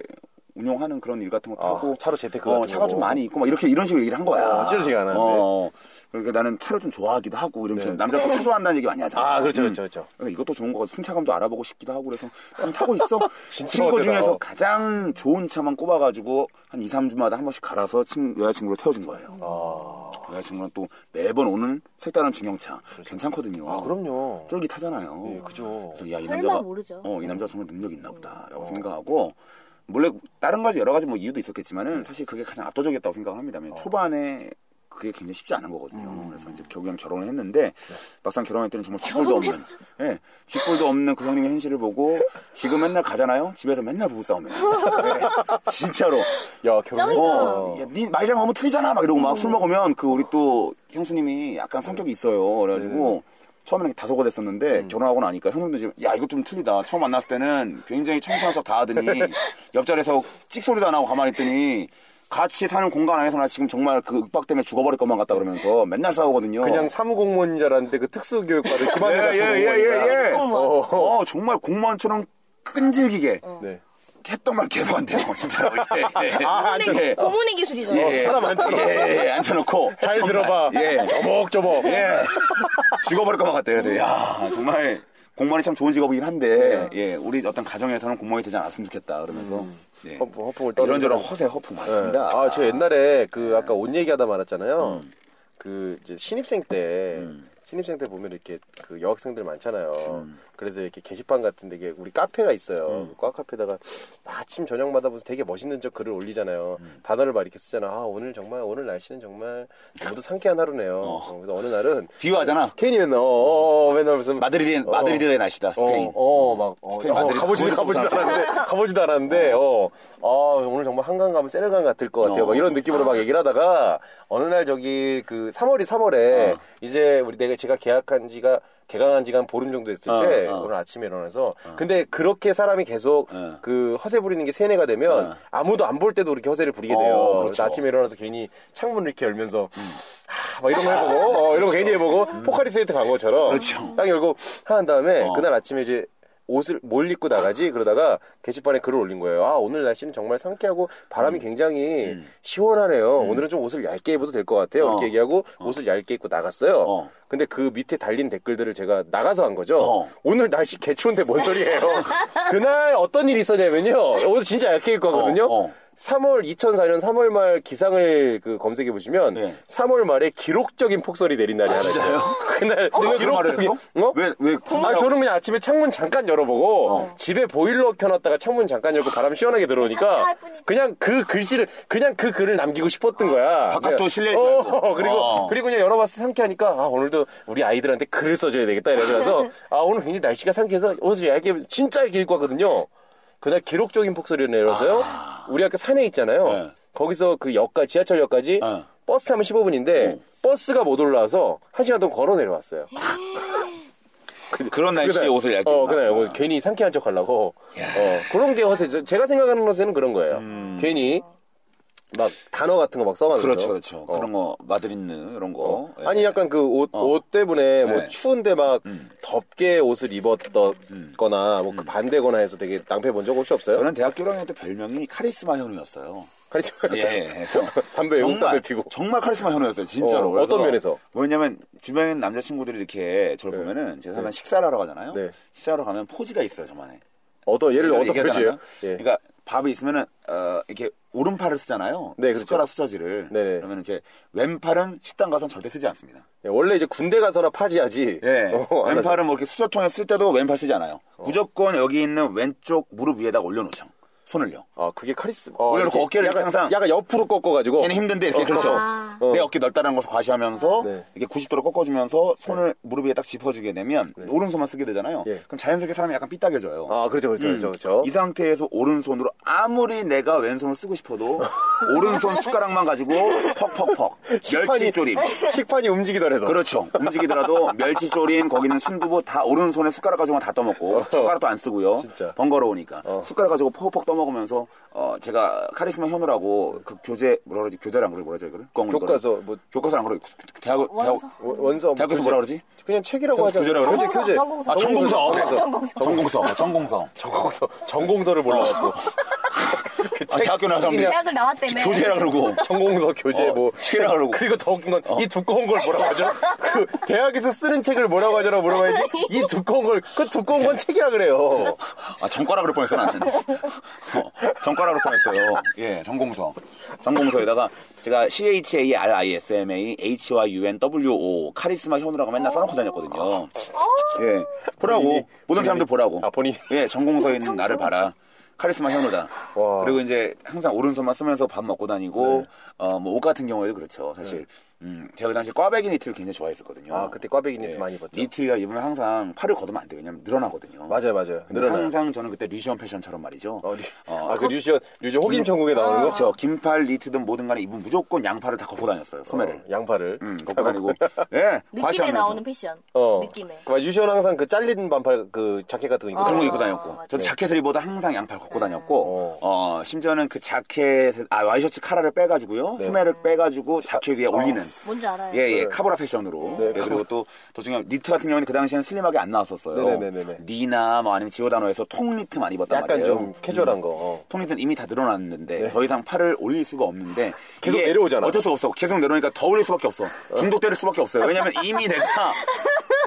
A: 운영하는 그런 일 같은 것도
B: 아,
A: 하고.
B: 차로 재테크
A: 어,
B: 같은
A: 차가
B: 거고.
A: 좀 많이 있고, 막 이렇게, 이런 식으로 얘기를 한 거야.
B: 어, 찌르지가 않았네. 네.
A: 어, 그러니까 나는 차를 좀 좋아하기도 하고, 이런 식으로. 남자가 사좋아한다는 얘기 많이 하잖아.
B: 아, 그렇죠,
A: 음.
B: 그렇죠, 그렇죠.
A: 그러니까 이것도 좋은 거 같아. 승차감도 알아보고 싶기도 하고 그래서 그냥 타고 있어.
B: 진짜
A: 친구
B: 어때나.
A: 중에서 가장 좋은 차만 꼽아가지고 한 2, 3주마다 한 번씩 갈아서 친, 여자친구를 태워준 거예요.
B: 아,
A: 여자친구는 또 매번 오는 색다른 중형차 괜찮거든요.
B: 아, 그럼요.
A: 쫄깃하잖아요.
B: 예, 그죠.
A: 그래서 야, 이
C: 설마
A: 남자가
C: 모르죠. 음.
A: 어, 이 남자가 정말 능력이 있나 보다라고 생각하고 물래 다른 가지 여러 가지 뭐 이유도 있었겠지만은 사실 그게 가장 압도적이었다고 생각을 합니다.
B: 어.
A: 왜냐면 초반에 그게 굉장히 쉽지 않은 거거든요.
B: 음.
A: 그래서 이제 결국엔 결혼을 했는데 막상 결혼할 때는 정말 쥐뿔도 없는, 예, 쥐뿔도 없는 그 형님의 현실을 보고 지금 맨날 가잖아요. 집에서 맨날 부부싸움해요. 예, 진짜로.
B: 야, 뭐, 결혼.
A: 어, 야, 네 말이랑 너무 틀리잖아. 막 이러고
B: 음.
A: 막 술 먹으면 그 우리 또 형수님이 약간 성격이 있어요. 그래가지고 처음에는 이렇게 다소가 됐었는데 결혼하고 나니까 형님도 지금 야 이거 좀 틀리다. 처음 만났을 때는 굉장히 청순한 척 다 하더니 옆자리에서 찍소리도 안 하고 가만히 있더니 같이 사는 공간 안에서 나 지금 정말 그 윽박 때문에 죽어버릴 것만 같다 그러면서 맨날 싸우거든요.
B: 그냥 사무공무원인 줄 알았는데 그 특수교육과를
A: 예,
B: 그만해 같은
A: 예, 예,
B: 공무원이다.
A: 예, 예.
C: 어머.
B: 어.
A: 어 정말 공무원처럼 끈질기게
B: 네.
A: 했던 말 계속 한대요 진짜로.
B: 아,
A: 예, 예.
C: 그 고문의,
A: 예.
C: 고문의 기술이죠.
A: 예, 예.
B: 사람 앉혀놓고.
A: 예, 예, 앉혀놓고.
B: 어. 잘
A: 정말,
B: 들어봐.
A: 예.
B: 저벅저벅.
A: 예. 죽어버릴 것만 같아요. 그래서, 야, 정말 공무원이 참 좋은 직업이긴
B: 네.
A: 한데, 예, 우리 어떤 가정에서는 공무원이 되지 않았으면 좋겠다. 그러면서, 예.
B: 음. 어, 뭐, 허풍, 허풍을 떠는
A: 이런저런 허세, 허풍 많습니다.
B: 아, 저 옛날에 그 아까 옷 얘기하다 말았잖아요. 그 이제 신입생 때 신입생 때 보면 이렇게 그 여학생들 많잖아요. 그래서 이렇게 게시판 같은 데 이게 우리 카페가 있어요. 그 카페에다가 아침 저녁마다 무슨 되게 멋있는 저 글을 올리잖아요. 단어를 막 이렇게 쓰잖아. 아, 오늘 정말 오늘 날씨는 정말 모두 상쾌한 하루네요. 어, 그래서 어느 날은
A: 비유하잖아.
B: 괜히 맨날 어, 어, 어 맨날 무슨
A: 마드리드, 마드리드의 날씨다, 스페인.
B: 어, 어, 막, 어,
A: 스페인
B: 어,
A: 마드리드
B: 가보지도,
A: 가보지도
B: 가보지도 않았는데, 가보지도 않았는데, 어, 아, 오늘 정말 한강 가면 세네강 같을 것 같아요.
A: 어.
B: 막 이런 느낌으로 막 얘기를 하다가, 어느 날 저기 그 3월이 3월에,
A: 어.
B: 이제 우리 내가 제가 계약한 지가, 개강한 지가 한 보름 정도 됐을
A: 어,
B: 때,
A: 어.
B: 오늘 아침에 일어나서, 근데 그렇게 사람이 계속
A: 어.
B: 그 허세 부리는 게 세뇌가 되면,
A: 어.
B: 아무도 안 볼 때도 그렇게 허세를 부리게 돼요.
A: 어,
B: 그래서
A: 그렇죠. 음.
B: 아침에 일어나서 괜히 창문을 이렇게 열면서, 아, 막 이런 거 해보고, 어, 이런 거 괜히 해보고, 포카리 스웨트 광고처럼.
A: 그렇죠.
B: 딱 열고 한 다음에
A: 어.
B: 그날 아침에 이제 옷을 뭘 입고 나가지 그러다가 게시판에 글을 올린 거예요. 아 오늘 날씨는 정말 상쾌하고
A: 음.
B: 바람이 굉장히 시원하네요. 오늘은 좀 옷을 얇게 입어도 될 것 같아요.
A: 어.
B: 이렇게 얘기하고 옷을 얇게 입고 나갔어요.
A: 어.
B: 근데 그 밑에 달린 댓글들을 제가 나가서 한 거죠.
A: 어.
B: 오늘 날씨 개추운데 뭔 소리예요. 그날 어떤 일이 있었냐면요. 오늘 진짜 얇게 입고 하거든요.
A: 어, 어.
B: 3월 2004년 3월 말 기상을 그 검색해 보시면
A: 예.
B: 3월 말에 기록적인 폭설이 내린 날이 하나 있어요. 그날
A: 왜 그런 말을
B: 기록적인-
A: 했어?
B: 어?
A: 왜, 왜,
B: 아 저는 그냥 아침에 창문 잠깐 열어보고
A: 어.
B: 집에 보일러 켜놨다가 창문 잠깐 열고 바람 시원하게 들어오니까
C: 상상할 뿐이지.
B: 그냥 그 글씨를 그냥 그 글을 남기고 싶었던 거야.
A: 바깥도
B: 그냥-
A: 실내지
B: 어,
A: 말고.
B: 그리고
A: 어.
B: 그리고 그냥 열어봤을 때 상쾌하니까 아 오늘도 우리 아이들한테 글을 써줘야 되겠다 이래서 아 오늘 굉장히 날씨가 상쾌해서 옷을 얇게 진짜 얇게 입고 왔거든요. 그날 기록적인 폭설이 내려서요. 우리 학교 산에 있잖아요.
A: 아. 네.
B: 거기서 그 역까지
A: 네.
B: 지하철역까지
A: 어.
B: 버스 타면 15분인데 버스가 못 올라와서 한 시간 동안 걸어 내려왔어요.
A: 그런 날씨에 옷을 얇게
B: 어,
A: 입나?
B: 그래. 뭐 괜히 상쾌한 척 하려고. 어, 그런 게 허세. 제가 생각하는 허세는 그런 거예요. 괜히 막 단어 같은 거 막
A: 음.
B: 써가면서.
A: 그렇죠, 그렇죠.
B: 어.
A: 그런 거, 마드린느, 이런 거. 예.
B: 아니 약간 그 옷 옷
A: 어.
B: 때문에 뭐
A: 네.
B: 추운데 막 덥게 옷을 입었거나 뭐 그 반대거나 해서 되게 낭패 본 적 혹시 없어요?
A: 음. 저는 대학교 1학년 때 별명이 카리스마 현우였어요.
B: 카리스마.
A: 예, 예. 그래서
B: 담배, 외국 담배 피고.
A: 정말 카리스마 현우였어요, 진짜로.
B: 어, 어떤
A: 그래서
B: 면에서?
A: 뭐냐면, 주변에 남자친구들이 이렇게 저를
B: 네.
A: 보면은, 제가 항상 식사를 하러 가잖아요.
B: 네.
A: 식사하러 가면 포즈가 있어요, 저만의.
B: 어떤 예를 들어 어떤
A: 얘기하지
B: 표지예요?
A: 않았나?
B: 예.
A: 그러니까 밥이 있으면은 어, 이렇게 오른팔을 쓰잖아요.
B: 네, 그렇죠.
A: 숟가락 수저지를.
B: 네네.
A: 그러면 이제 왼팔은 식당 가서 절대 쓰지 않습니다.
B: 예, 원래 이제 군대 가서나 파지하지.
A: 예.
B: 어, 안 하죠. 어.
A: 왼팔은 뭐 이렇게 수저통에 쓸 때도 왼팔 쓰지 않아요. 무조건 여기 있는 왼쪽 무릎 위에다가 올려놓죠. 손을요.
B: 아 그게 카리스마. 어,
A: 원래
B: 이렇게
A: 어깨를
B: 약간,
A: 항상-
B: 약간 옆으로 꺾어가지고.
A: 걔는 힘든데 이렇게
B: 어,
A: 그렇죠.
C: 아.
A: 내 어깨 넓다는 것을 과시하면서
B: 네.
A: 이렇게 90도로 꺾어주면서 손을 무릎 위에 딱 짚어주게 되면 오른손만 쓰게 되잖아요.
B: 네. 예.
A: 그럼 자연스럽게 사람이 약간 삐딱해져요.
B: 아 그렇죠 그렇죠 그렇죠 그렇죠.
A: 음. 이 상태에서 오른손으로 아무리 내가 왼손을 쓰고 싶어도 오른손 숟가락만 가지고 퍽퍽퍽 멸치 조림
B: 식판이 움직이더라도.
A: 그렇죠 움직이더라도 멸치 조림 거기는 순두부 다 오른손에 숟가락 가지고만 다 떠먹고 젓가락도 안 쓰고요
B: 진짜.
A: 번거로우니까
B: 어.
A: 숟가락 가지고 퍽퍽 떠먹으면서 어 제가 카리스마 현우라고 그 교재 뭐라 그러지 교재를 안 그러고 뭐라 그러지 그걸 껌을
B: 교과서,
A: 그러는.
B: 뭐-
A: 교과서 안 그러고 대학 아, 대학
C: 원서.
B: 원- 원서.
A: 대학교에서 뭐라 그러지?
B: 그냥 책이라고 하죠.
A: 교재라 그래?
B: 교재 교재.
C: 전공서,
A: 아 전공서
C: 전공서.
A: 전공서 전공서
B: 전공서 전공서를
A: 어.
B: 아, 몰라갖고. 그
A: 아, 대학교 나온 사람들이
B: 책이냐?
C: 대학을 나왔다며.
A: 교재라 그러고
B: 전공서 교재
A: 어,
B: 뭐
A: 책이라 그러고. 어.
B: 리고더 웃긴 건 이 두꺼운 걸 뭐라고 하죠? 그 대학에서 쓰는 책을 뭐라고 하잖아 물어봐야지 이 두꺼운 걸 그 두꺼운 건 책이라 그래요.
A: 아, 정가락으로 뻔했어, 나는. 어, 정가락으로 뻔했어요. 예, 전공서. 전공서에다가 제가 CHARISMA HYUNWO 카리스마 현우라고 맨날 써놓고 다녔거든요. 예. 보라고.
B: 어. 아, 본인이-
A: 모든 사람들 보라고.
B: 아, 본인이?
A: 예, 전공서에 있는 나를 봐라. 카리스마 현우다.
B: 와. 네.
A: 그리고 이제 항상 오른손만 쓰면서 밥 먹고 다니고, 어, 뭐, 옷 같은 경우에도 그렇죠. 사실, 음, 제가 그 당시 꽈배기 니트를 굉장히 좋아했었거든요.
B: 아, 그때 꽈배기 니트 많이 입었죠.
A: 니트가 입으면 항상 팔을 걷으면 안 돼요. 왜냐면 늘어나거든요.
B: 맞아요 맞아요.
A: 근데 항상 저는 그때 류시원 패션처럼 말이죠.
B: 어, 류,
A: 어,
B: 아그 류시원 류시원 호김 천국에
C: 아.
B: 나오는 거.
A: 그렇죠. 긴팔 니트든 뭐든 간에 입은 무조건 양팔을 다 걷고 다녔어요. 소매를.
B: 어, 양팔을.
A: 음, 걷고 다니고. 예.
C: 느낌에
A: 과시하면서.
C: 나오는 패션.
B: 어.
C: 느낌에.
B: 막 유시원 항상 그 잘린 반팔 그 자켓 같은 거 입고.
A: 어, 그런 거
B: 다니고.
A: 입고 다녔고.
C: 맞아. 네.
A: 저 자켓을 입어도 항상 양팔 걷고 다녔고.
B: 네. 어.
A: 어, 심지어는 그 자켓 아 와이셔츠 카라를 빼가지고요.
B: 네.
A: 소매를 빼가지고 자켓 위에 올리는.
C: 뭔지 알아요.
A: 예, 예, 카보라 패션으로.
B: 어. 네,
A: 예, 그리고 또, 더 중요한, 니트 같은 경우는 에그 당시에는 슬림하게 안 나왔었어요.
B: 네네네네네.
A: 니나, 뭐 아니면 지오다노에서 통니트 많이 입었단
B: 약간
A: 말이에요. 음.
B: 좀 캐주얼한 거. 어.
A: 통일은 이미 다 늘어났는데 더 이상 팔을 올릴 수가 없는데
B: 네. 계속
A: 이게
B: 내려오잖아.
A: 어쩔 수가 없어. 계속 내려오니까 더 올릴 수밖에 없어. 중독될 수밖에 없어요. 왜냐면 이미 내가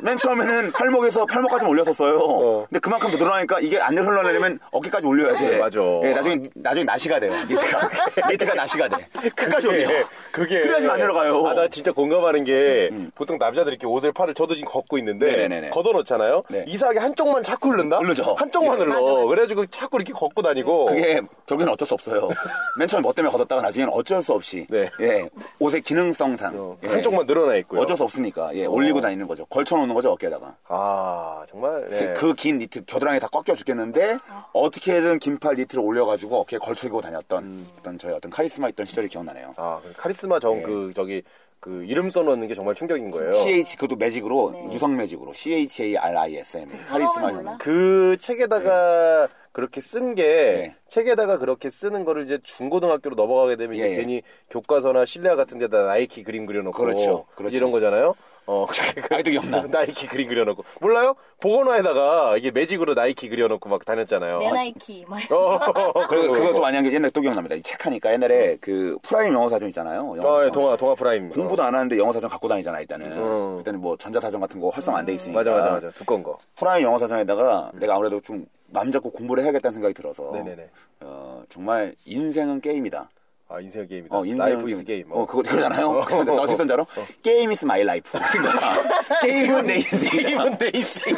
A: 맨 처음에는 팔목에서 팔목까지 올렸었어요. 근데 그만큼 더 늘어나니까 이게 안 흘러내려면 어깨까지 올려야 돼.
B: 네, 맞아.
A: 예, 나중에 나중에 나시가 돼요. 니트가 니트가 나시가 돼. 끝까지 올려.
B: 예, 그게
A: 예. 그래야지 안 내려가요. 음,
B: 아, 나 진짜 공감하는 게 보통 남자들이 이렇게 옷을 팔을 저도 지금 걷고 있는데
A: 네네네네.
B: 걷어놓잖아요.
A: 네.
B: 이상하게 한쪽만 자꾸 흐른다.
A: 흐르죠.
B: 한쪽만
A: 예.
B: 흘러.
C: 맞아, 맞아.
B: 그래가지고 자꾸 이렇게 걷고 다니고.
A: 그게 결국엔 어쩔 수 없어요. 맨 처음에 뭐 때문에 걷었다가 나중엔 어쩔 수 없이
B: 네.
A: 예, 옷의 기능성상
B: 어,
A: 예,
B: 한쪽만 늘어나 있고요.
A: 어쩔 수 없으니까 예, 올리고 다니는 거죠. 걸쳐놓는 거죠 어깨에다가.
B: 아 정말. 네.
A: 그 긴 니트 겨드랑이 다 꺾여 죽겠는데 어떻게든 긴팔 니트를 올려가지고 어깨에 걸치고 다녔던 어떤 저의 어떤 카리스마 있던 시절이 기억나네요.
B: 음. 아, 그 카리스마
A: 예.
B: 정 그 저기 그 이름 써놓는 게 정말 충격인 거예요.
A: CH 그것도 매직으로 유성 매직으로 C H A R I S M 카리스마
C: 몰라?
A: 효능.
B: 그 책에다가 그렇게 쓴 게
A: 네.
B: 책에다가 그렇게 쓰는 거를 이제 중고등학교로 넘어가게 되면 이제
A: 예, 예.
B: 괜히 교과서나 실내화 같은 데다 나이키 그림 그려놓고
A: 그렇죠, 그렇죠.
B: 이런 거잖아요. 어,
A: 아직도 기억나.
B: 나이키 그림 그려놓고 몰라요? 보건화에다가 이게 매직으로 나이키 그려놓고 막 다녔잖아요.
C: 내 나이키 막
B: 어,
C: 어.
A: 그리고
B: 그거,
A: 그것도
B: 그거.
A: 많이 한 게 옛날에 또 기억납니다. 이 책하니까 옛날에 그 프라임 영어 사전 있잖아요. 영어
B: 아, 예,
A: 사전.
B: 동화 동화 프라임
A: 공부도 안 하는데 영어 사전 갖고 다니잖아 일단은.
B: 어.
A: 일단은 뭐 전자사전 같은 거 활성 안 돼 있으니까.
B: 맞아 맞아 맞아 두꺼운 거.
A: 프라임 영어 사전에다가 내가 아무래도 좀 맘잡고 공부를 해야겠다는 생각이 들어서
B: 네네네.
A: 어, 정말 인생은 게임이다.
B: 아 인생 게임이다.
A: 어, 인생은
B: 라이프 이즈 게임.
A: 어, 그거 그거잖아요. 어디서 전자로? 게임 is my life. 무슨 거야? 게임은 내 인생이야.
B: 이건 내 인생.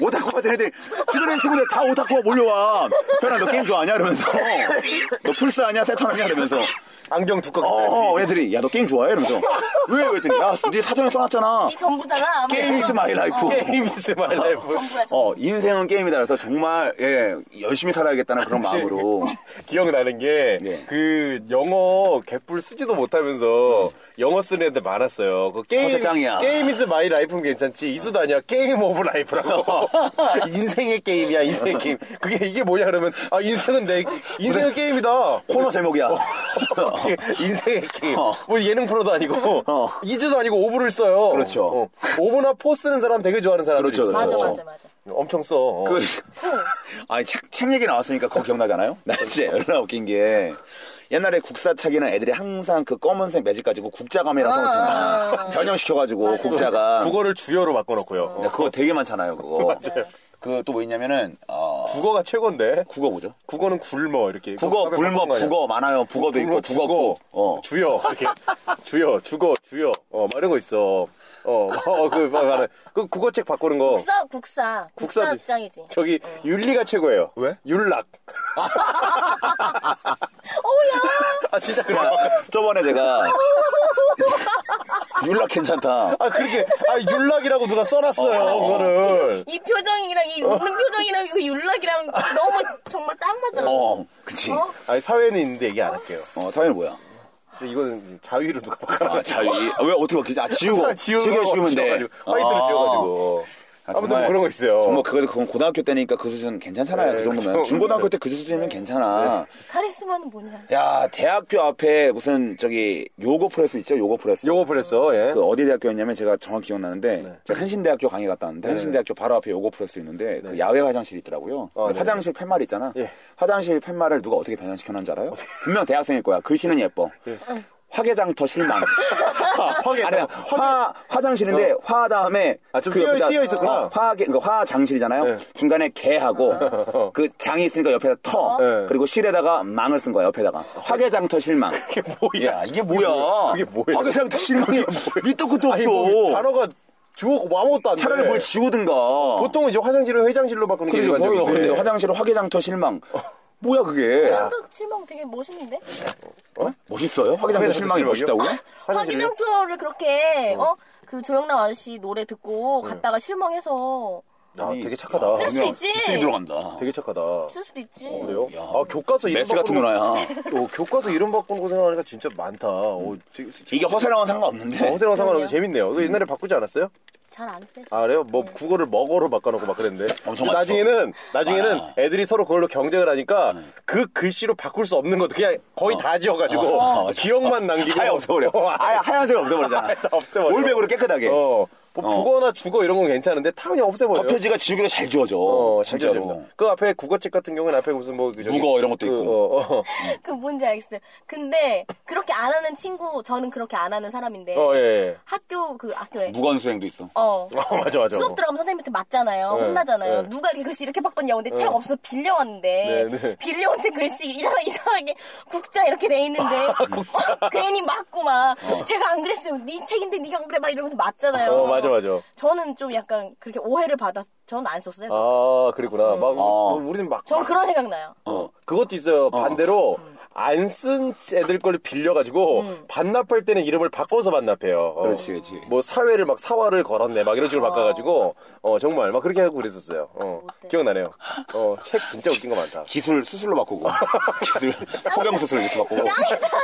A: 오타쿠가 된 애들 주변에 친구들 다 오타쿠가 몰려와. 현아 너 게임 좋아하냐? 이러면서 너 풀스 하냐? 세턴 하냐? 이러면서
B: 안경 두껍게.
A: 어, 어 애들이 야 너 게임 좋아해? 이러면서 왜? 그랬더니 야네 사전에 써놨잖아.
C: 이 전부잖아.
A: 어. 게임 is my life.
B: 게임 이즈 마이 라이프.
C: 전부야 전부.
A: 어 인생은 게임이다 그래서 정말 예 열심히 살아야겠다는 그런 마음으로
B: 기억나는 게
A: 예.
B: 그 영어 개뿔 쓰지도 못하면서 영어 쓰는 애들 많았어요. 그 게임
A: 허세 짱이야.
B: 게임 이즈 마이 라이프는 괜찮지 이수도 아니야 게임 오브 라이프라고 인생의 게임이야 인생의 게임. 그게 이게 뭐냐 그러면 아 인생은 내 인생의 게임이다.
A: 코너 제목이야.
B: 인생의 게임.
A: 어.
B: 뭐 예능 프로도 아니고
A: 어.
B: 이즈도 아니고 오브를 써요.
A: 그렇죠.
B: 어. 오브나 포 쓰는 사람 되게 좋아하는 사람들
A: 그렇죠,
B: 있어요.
C: 맞아
A: 그렇죠.
C: 맞아 맞아.
B: 엄청 써. 어.
A: 그, 아니, 책, 책 얘기 나왔으니까 그거 기억나잖아요? 나 진짜 열나 웃긴 게, 옛날에 국사차기는 애들이 항상 그 검은색 매직 가지고 국자감이라고 써놓잖아. 변형시켜가지고, 국자가. 그거,
B: 국어를 주어로 바꿔놓고요. 어.
A: 그거 되게 많잖아요, 그거. 그, 또 뭐 있냐면은, 어,
B: 국어가 최고인데
A: 국어 뭐죠?
B: 국어는 굶어 이렇게 그
A: 국어,
B: 깜빡깜빡한
A: 굶어,
B: 거 아니야?
A: 국어 많아요. 북어도 있고, 북어고. 어.
B: 주여 이렇게 주여 주거 주여 어막 이런 거 있어 어그막그 그 국어책 바꾸는 거
C: 국사 국사 국사
B: 국사지.
C: 입장이지. 어
B: 저기 윤리가 최고예요
A: 왜?
B: 윤락
C: 야
B: 아 진짜 그래
A: 야, 저번에 제가, 율락 괜찮다.
B: 아 그렇게 아 윤락이라고 누가 써놨어요
A: 어, 어, 어.
B: 그거를
C: 이 표정이랑 이 웃는 표정이랑 이 윤락이랑 너무 정말 딱 맞아.
A: 어, 그치.
C: 어?
B: 아니 사회는 있는데 얘기 안 할게요
A: 어, 사연이 뭐야?
B: 이거는 자위로 누가
A: 아,
B: 바꿔놨지
A: 자유. 이- 아, 왜 어떻게 바뀌지? 아, 지우고. 지우개
B: 지우개
A: 지우면 돼.
B: 화이트로
A: 아.
B: 지워가지고
A: 아,
B: 아무튼
A: 정말-
B: 뭐 그런 거 있어요
A: 정말 그거 그건 고등학교 때니까 그 수준 괜찮잖아요.
B: 네,
A: 그 정도면
B: 그쵸.
A: 중고등학교 때 그 수준이면 괜찮아.
C: 카리스마는 뭐냐?
A: 야 대학교 앞에 무슨 저기 요거 프레스 있죠? 요거 프레스.
B: 요거 프레서 예
A: 그 어디 대학교였냐면 제가 정확히 기억나는데
B: 네.
A: 제가 한신대학교 강의 갔다 왔는데 한신대학교 바로 앞에 요거 프레스 있는데 그 야외 화장실이 있더라고요.
B: 어,
A: 근데
B: 네.
A: 화장실 팻말 있잖아.
B: 예.
A: 화장실 팻말을 누가 어떻게 변형시켜놨는지 알아요? 분명 대학생일 거야. 글씨는 예뻐. 화개장터 실망.
B: 화개장- 어.
A: 아니야, 화, 화장실인데 화 다음에
B: 아, 좀 띄어-
A: 옆에다-
B: 띄어 있었구나.
A: 어, 화개 그러니까 화장실이잖아요.
B: 네. 어.
A: 중간에 개하고 그 장이 있으니까 옆에다 터
B: 네. 어.
A: 그리고 실에다가 망을 쓴 거야 옆에다가 화개장터 실망.
B: 이게 뭐야
A: 야 이게 뭐야?
B: 그게 뭐야?
A: 화개장터 실망이 밑도 끝도
B: 아니 뭐
A: 없어.
B: 단어가 주어고 아무것도 안 돼.
A: 차라리 뭘 지우든가.
B: 보통은 이제 화장실을 회장실로 바꾸는 게
A: 그러죠. 거기가
B: 일반적인데.
A: 근데 화장실 화개장터 실망. 어. 뭐야 그게?
C: 또 실망 되게 멋있는데?
A: 멋있어요? 화개장터 실망이
B: 실망이요?
A: 멋있다고?
B: 화장실을요?
C: 화기장터를 그렇게 어 그 조영남 아저씨 노래 듣고
B: 네.
C: 갔다가 실망해서
B: 아,
A: 아니,
B: 되게 착하다.
C: 쓸 수
A: 그냥
C: 있지.
A: 기술이 들어간다.
B: 되게 착하다.
C: 쓸 수도 있지.
B: 그래요? 아 교과서 이름
A: 메스 같은
B: 바꾸는 거-
A: 누나야.
B: 어, 교과서 이름 바꾸는 거 생각하니까 진짜 많다. 어, 되게
A: 음. 이게 허세랑은 음. 상관없는데.
B: 어색한 상관없는데
C: 그러네요. 네.
B: 재밌네요. 이거 옛날에 바꾸지 않았어요?
C: 잘 안 쓰.
B: 아 그래요? 뭐 국어를 먹어로 바꿔놓고 막 그랬는데
A: 엄청 많죠.
B: 나중에는 나중에는
A: 많아. 아, 네.
B: 애들이 서로 그걸로 경쟁을 하니까 그 글씨로 바꿀 수 없는 것도 그냥 거의 다 지워가지고
A: 어, 어,
B: 기억만 남기고
A: 아예 없어버려.
B: 어,
A: 아예 하얀색 없어버리잖아.
B: 아예 다 없애버려.
A: 올백으로 깨끗하게.
B: 어, 뭐
A: 어.
B: 국어나 주거 이런 건 괜찮은데 다 그냥 없애버려.
A: 겉표지가 지우개로 잘 지워져.
B: 어,
A: 진짜로.
B: 진짜로. 그 앞에 국어책 같은 경우는 앞에 무슨 뭐 저기-
A: 무거 이런 것도
B: 그,
A: 있고.
B: 어, 어.
C: 그 뭔지 알겠어요. 근데 그렇게 안 하는 친구 저는 그렇게 안 하는 사람인데
B: 어, 뭐? 예.
C: 학교 그 학교래.
A: 무관 수행도 있어.
C: 어.
B: 어, 맞아, 맞아.
C: 수업 들어가면 선생님한테 맞잖아요.
B: 네,
C: 혼나잖아요.
B: 네.
C: 누가 이렇게 글씨 이렇게 바꿨냐고. 근데 책 없어서 빌려왔는데.
B: 네, 네.
C: 빌려온 책 글씨 이상, 이상하게 국자 이렇게 돼
B: 아,
C: 있는데. 어, 괜히 맞고 막. 제가 안 그랬어요. 네 책인데 네가 안 그래. 막 이러면서 맞잖아요.
B: 어, 맞아, 맞아.
C: 저는 좀 약간 그렇게 오해를 받아서 저는 안 썼어요.
B: 아, 그랬구나. 막,
A: 어.
B: 우리 는 막.
C: 저는
B: 막-
C: 그런 음. 생각 나요.
A: 어.
B: 그것도 있어요. 반대로, 안 쓴 애들 걸 빌려가지고,
C: 음.
B: 반납할 때는 이름을 바꿔서 반납해요. 어.
A: 그렇지, 그렇지.
B: 뭐, 사회를 막, 사화를 걸었네. 막 이런 식으로 바꿔가지고, 어, 정말. 막 그렇게 하고 그랬었어요. 어,
C: 아. 어때?
B: 기억나네요. 어, 책 진짜 웃긴 거 많다.
A: 기술 수술로 바꾸고. 기술, 포경 수술 이렇게 바꾸고.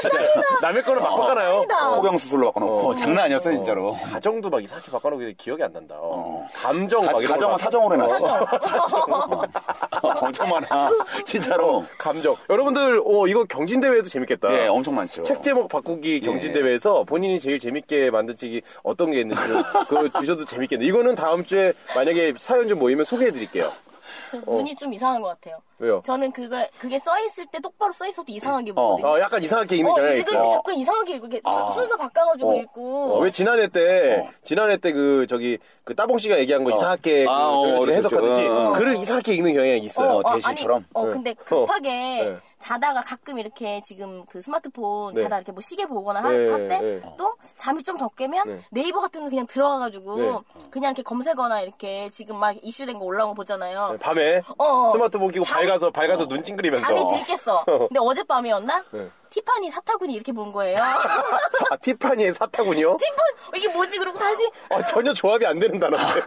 B: 남의 거는 막 바꿔놔요.
C: 어,
B: 어.
C: 짱이다.
A: 포경 수술로 바꿔놓고. 장난 아니었어요, 진짜로.
B: 가정도 막 이상하게 바꿔놓고 기억이 안 난다. 어. 감정
A: 가,
B: 막 이런
A: 가정은
B: 거
A: 사정으로 해놨어. 사정. 엄청 많아. 진짜로.
B: 감정. 여러분들, 어, 이거 경, 경진 대회도 재밌겠다.
A: 예, 엄청 많죠.
B: 책 제목
A: 예.
B: 바꾸기 경진 대회에서 본인이 제일 재밌게 만든 책이 어떤 게 있는지 그거 주셔도 재밌겠네. 이거는 다음 주에 만약에 사연 좀 모이면 소개해 드릴게요.
C: 저 눈이 좀 이상한 것 같아요.
B: 어. 왜요?
C: 저는 그거 그게 써 있을 때 똑바로 써 있어도 이상하게
A: 어.
C: 보거든요.
B: 아, 약간 이상하게 있는
C: 어,
B: 경향이
C: 읽을 때
B: 있어요.
C: 자꾸 이상하게 읽고 이렇게
A: 아.
C: 순서 바꿔가지고
A: 어.
B: 어,
C: 읽고
B: 왜 지난해 때
C: 어.
B: 지난해 때 그 저기 그 따봉 씨가 얘기한 거 이상하게 그
A: 아, 어,
B: 정현 씨가
A: 그렇죠,
B: 해석하듯이
A: 그렇죠. 어.
B: 글을 이상하게 읽는 경향이 있어요.
A: 어, 대신처럼?
C: 아니, 어,
B: 네.
C: 근데
B: 어.
C: 급하게
B: 네.
C: 자다가 가끔 이렇게 지금 그 스마트폰
B: 네.
C: 자다 이렇게 뭐 시계 보거나
B: 네,
C: 할 때
B: 네.
C: 또 잠이 좀 더 깨면
B: 네.
C: 네. 이버 같은 거 그냥 들어가가지고
B: 네.
C: 그냥 이렇게 검색어나 이렇게 지금 막 이슈된 거 올라온 거 보잖아요.
B: 네, 밤에
C: 어.
B: 스마트폰 끼고
C: 잠이- 어.
B: 밝아서 밝아서 눈 찡그리면서
C: 잠이 들겠어. 근데 어젯밤이었나?
B: 네.
C: 티파니 사타구니 이렇게 본 거예요.
B: 아, 티파니의 사타군요.
C: 티파니 이게 뭐지? 그러고 다시
B: 아, 전혀 조합이 안 되는 단어인데.
C: 아.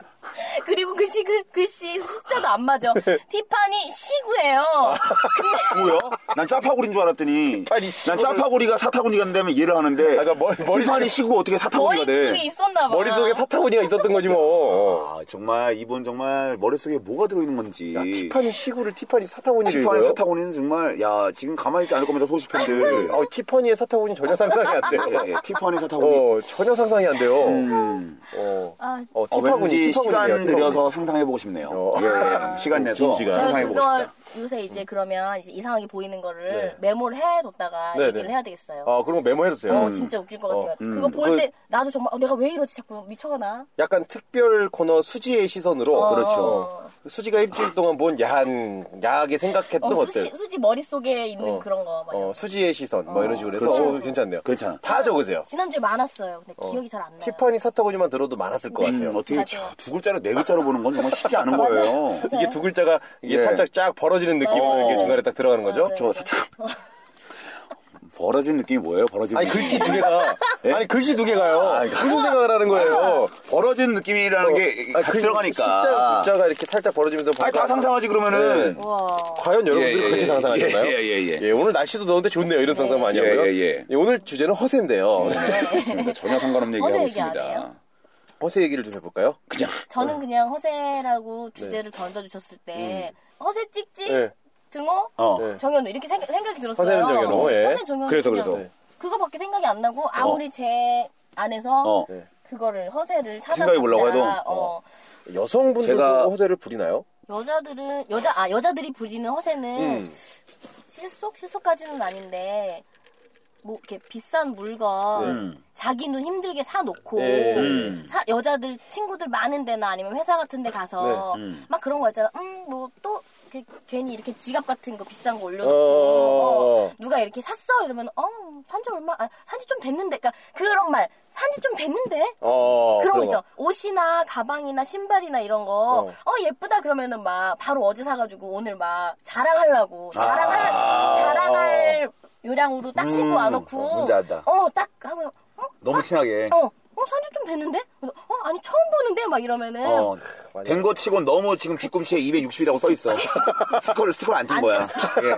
C: 그리고 글씨 글, 글씨 숫자도 안 맞아.
B: 네.
C: 티파니 시구예요.
B: 아,
A: 뭐야? 난 짜파구리인 줄 알았더니
B: 티파니 시구를-
A: 난 짜파구리가 사타구니가 된다면 이해를 하는데
B: 아, 그러니까 머리- 머릿속에-
A: 티파니 시구가 어떻게 사타구니가 돼?
C: 머릿속에 있었나 봐.
B: 네. 머릿속에 사타구니가 있었던 거지 뭐.
A: 아 정말 이분 정말 머릿속에 뭐가 들어있는 건지
B: 야, 티파니 시구를 티파니 사타구니를
A: 티파니
B: 읽어요?
A: 사타구니는 정말 야 지금 가만히 있지 않을 겁니다 소시팬들
B: 어, 티파니의 사타구니 전혀 상상이 안 돼.
A: 예, 예, 티파니 사타구니
B: 어, 전혀 상상이 안 돼요.
A: 음.
B: 어.
C: 아,
B: 어,
A: 어,
B: 티파군이
A: 왠지
B: 티파군이네요,
A: 시간
B: 티파군.
A: 들여서 상상해보고 싶네요.
B: 어.
A: 예, 시간 내서
B: 시간.
C: 저는
A: 상상해보고
C: 그걸
A: 싶다.
C: 요새 이제 그러면 이제 이상하게 보이는 거를
B: 음. 네.
C: 메모를 해뒀다가
B: 네,
C: 얘기를
B: 네.
C: 해야 되겠어요.
B: 아, 그런 거 메모해주세요.
C: 어, 진짜 웃길 것
B: 어,
C: 같아요.
A: 음.
C: 그거 볼
B: 그-
C: 때 나도 정말 어, 내가 왜 이러지 자꾸 미쳐가나.
B: 약간 특별 코너 수지의 시선으로.
C: 어.
B: 그렇죠. 수지가 일주일 동안 본 야한, 야하게 생각했던
C: 어,
B: 것들.
C: 수지, 수지 머릿속에 있는
B: 어.
C: 그런 거. 막 이런
B: 어,
C: 거.
B: 수지의 시선. 뭐 이런 식으로 해서.
A: 그렇죠.
B: 어, 괜찮네요.
A: 괜찮아.
B: 다 적으세요.
C: 지난주에 많았어요. 근데 기억이 잘 안 나요.
B: 티파니 사타구니만 들어도 많았을
C: 네.
B: 것 같아요.
A: 음, 어떻게
C: 맞아요.
A: 자, 두 글자로 네 글자로 보는 건 정말 쉽지 않은 거예요.
C: 맞아요.
B: 이게 두 글자가 이게
A: 예.
B: 살짝 쫙 벌어지는 느낌으로
C: 어. 네.
B: 이게 중간에 딱 들어가는 거죠?
C: 맞아요.
A: 저 사탕 벌어진 느낌이 뭐예요? 벌어진
B: 아니
A: 느낌.
B: 글씨 두 개가
A: 예?
B: 아니 글씨 두 개가요. 무슨 생각을 하는 거예요?
A: 그 벌어진 그러니까. 느낌이라는 게
B: 아,
A: 같이
B: 그
A: 들어가니까.
B: 십자 글자가 이렇게 살짝 벌어지면서
A: 아니, 다 상상하지 그러면은
C: 우와.
B: 과연 여러분들이
A: 예, 예,
B: 그렇게
A: 예.
B: 상상하시나요?
A: 예, 예, 예.
B: 오늘 날씨도 더운데 좋네요. 이런 상상 많이 하고요.
A: 예, 예, 음. 예.
B: 오늘 주제는 허세인데요.
C: 네.
A: 그렇습니다. 그러니까 전혀 상관없는
C: 어서
A: 얘기하고
C: 얘기 안
A: 있습니다.
C: 해요?
B: 허세 얘기를 좀 해볼까요?
A: 그냥
C: 저는 그냥 허세라고 주제를 던져주셨을 때 허세 찍찍
B: 네.
C: 등호
A: 어.
B: 네.
C: 정현우 이렇게 생각, 이 들었어요.
B: 허세는 정현우, 예. 어.
C: 허세 정현우.
A: 그래서, 그래서.
C: 정현우. 그거밖에 생각이 안 나고 아무리 제 안에서
A: 어.
B: 네.
C: 그거를 허세를 찾아
A: 생각해보려고 해도,
C: 어.
B: 여성분들도
A: 제가-
B: 허세를 부리나요?
C: 여자들은 여자 아 여자들이 부리는
A: 음.
C: 허세는
B: 음.
C: 실속 실속까지는 아닌데 뭐 이렇게 비싼 물건
A: 음.
C: 자기 눈 힘들게 사놓고
B: 예.
A: 음.
C: 사- 여자들 친구들 많은 데나 아니면 회사 같은 데 가서
A: 네. 음.
C: 막 그런 거 있잖아 음 뭐 또 괜히 이렇게 지갑 같은 거 비싼 거 올려놓고
B: 어.
C: 어, 누가 이렇게 샀어 이러면 어산지 얼마 아, 산지 좀 됐는데 그러니까 그런 말 산지 좀 됐는데
B: 어,
C: 그런 거
B: 그런 거.
C: 있죠. 옷이나 가방이나 신발이나 이런 거,
B: 어.
C: 어, 예쁘다 그러면은 막 바로 어제 사가지고 오늘 막 자랑하려고, 자랑할,
A: 아.
C: 자랑할 요량으로 딱 신고
A: 음,
C: 안 놓고,
A: 어, 뭔지 알다.
C: 어, 딱 하고, 어?
A: 너무 티나게.
C: 어, 어, 산지 좀 됐는데? 어, 아니, 처음 보는데? 막 이러면은.
A: 어,
B: 맞아.
A: 된 거 치곤 너무 지금 뒤꿈치에 260이라고 써 있어. 스티커를 스티커를 안 띈
C: 안
A: 거야. 예.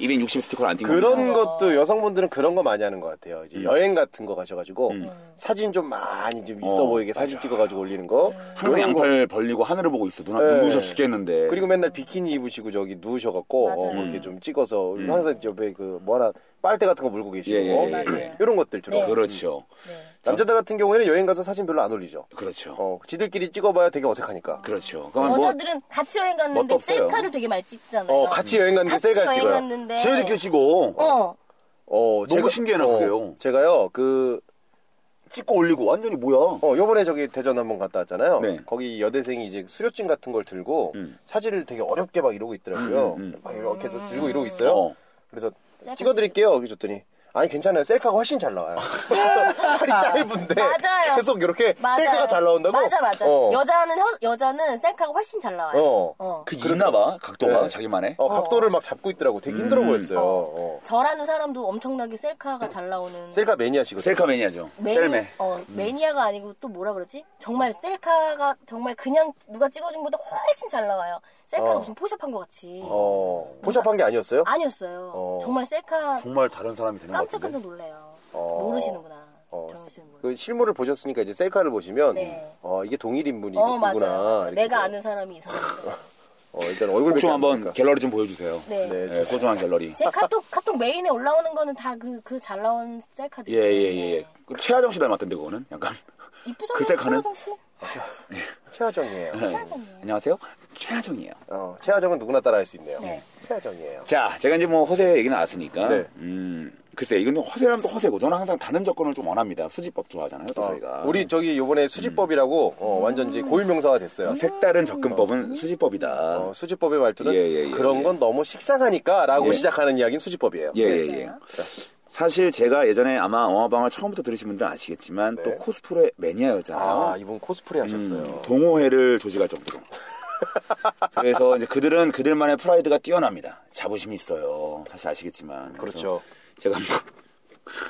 A: 260 스티커를 안 띈 거야.
C: 음.
B: 그런 것도 여성분들은 그런 거 많이 하는 것 같아요. 이제 여행 같은 거 가셔가지고 사진 좀 많이 좀 있어
A: 음. 어,
B: 보이게 사진 찍어가지고 올리는 거.
C: 음.
A: 항상
B: 이런 거.
A: 양팔 벌리고 하늘을 보고 있어. 누나
B: 예.
A: 눈부셔 죽겠는데.
B: 그리고 맨날 비키니 입으시고 저기 누우셔갖고
C: 맞아요.
B: 어, 뭐
A: 음.
B: 이렇게 좀 찍어서 항상 옆에 그 뭐 하나 빨대 같은 거 물고 계시고
A: 예, 예,
C: 예, 예.
B: 이런 것들 주로
C: 네.
A: 그렇죠.
B: 남자들 같은 경우에는 여행 가서 사진 별로 안 올리죠.
A: 그렇죠.
B: 어, 지들끼리 찍어봐야 되게 어색하니까.
A: 그렇죠. 그러면 뭐
C: 여자들은 같이 여행
A: 멋도
C: 갔는데
A: 없어요.
C: 셀카를 되게 많이 찍잖아요.
B: 어, 같이 여행 갔는데
C: 같이
B: 셀카
C: 여행
B: 찍어요.
C: 갔는데.
A: 제일 느껴지고
C: 어,
B: 어,
A: 신기해, 나 그래요.
B: 제가요 그
A: 찍고 올리고 완전히 뭐야?
B: 어, 요번에 저기 대전 한번 갔다 왔잖아요.
A: 네.
B: 거기 여대생이 이제 수료증 같은 걸 들고
A: 음.
B: 사진을 되게 어렵게 막 이러고 있더라고요.
A: 음, 음, 음.
B: 막 이렇게 해서 들고 이러고 있어요.
A: 어.
B: 그래서
C: 셀카
B: 찍어드릴게요. 여기 줬더니 아니 괜찮아요. 셀카가 훨씬 잘 나와요. 팔이
A: 아.
B: 짧은데
C: 맞아요.
B: 계속 이렇게
C: 맞아.
B: 셀카가 잘 나온다고?
C: 맞아, 맞아.
B: 어.
C: 여자는, 허- 여자는 셀카가 훨씬 잘 나와요.
B: 어.
C: 어.
A: 그 있나 봐. 각도가
B: 네.
A: 자기만의.
B: 어, 각도를 막 잡고 있더라고. 되게 힘들어
A: 음.
B: 보였어요. 어.
C: 저라는 사람도 엄청나게 셀카가 잘 나오는
B: 셀카 매니아시거든요.
A: 셀카 매니아죠. 셀매.
C: 어,
B: 음.
C: 매니아가 아니고 또 뭐라 그러지? 정말 셀카가 정말 그냥 누가 찍어준 것보다 훨씬 잘 나와요. 셀카가
B: 어.
C: 무슨 포샵한 것 같이.
B: 어. 포샵한 게 아니었어요?
C: 아니었어요.
B: 어.
C: 정말 셀카
A: 정말 다른 사람이 되는 것 같은데.
C: 깜짝깜짝 놀래요.
B: 어.
C: 모르시는구나.
B: 어,
C: 정현 씨는 모르.
B: 그 실물을 보셨으니까 이제 셀카를 보시면
C: 네.
B: 어, 이게 동일 인물이구나.
C: 어 맞아. 요
B: 이렇게
C: 내가
B: 돼요.
C: 아는 사람이 이상한데.
B: 어, 일단 얼굴
A: 꼭
B: 뵙기
A: 좀
B: 안
A: 한번
B: 보니까.
A: 갤러리 좀 보여주세요.
C: 네.
B: 네.
A: 네, 소중한 갤러리.
C: 제 카톡 카톡 메인에 올라오는 거는 다 그 그 잘 나온 셀카들.
A: 예, 예, 예. 예. 그 최하정 씨 닮았던데, 그거는? 약간.
C: 이쁘잖아요.
A: 그 셀카는?
C: 최하정 씨.
B: 최하정이에요.
C: 네. 최하정이에요.
A: 안녕하세요. 최하정이에요.
B: 어, 최하정은 누구나 따라할 수 있네요.
C: 네.
B: 최하정이에요.
A: 자, 제가 이제 뭐 허세 얘기 나왔으니까.
B: 네.
A: 음, 글쎄, 이건 허세라면 또 허세고. 저는 항상 다른 접근을 좀 원합니다. 수집법 좋아하잖아요, 또
B: 어,
A: 저희가. 음.
B: 우리 저기 요번에 수지법이라고 어, 완전 이제 고유명사가
C: 음,
B: 됐어요.
A: 색다른
C: 네.
A: 접근법은 수집법이다.
B: 어, 수지법의 말투는
A: 음. 예, 예, 예,
B: 그런
A: 예.
B: 건 너무 식상하니까라고
A: 예.
B: 시작하는 이야기는 수지법이에요.
A: 예, 예, 예. 사실 제가 예전에 아마 어마방을 처음부터 들으신 분들은 아시겠지만
B: 네.
A: 또 코스프레 매니아였잖아요.
B: 아, 이분 코스프레 하셨어요.
A: 음, 동호회를 조직할 정도로. 그래서 이제 그들은 그들만의 프라이드가 뛰어납니다. 자부심이 있어요. 사실 아시겠지만.
B: 그렇죠.
A: 그래서 제가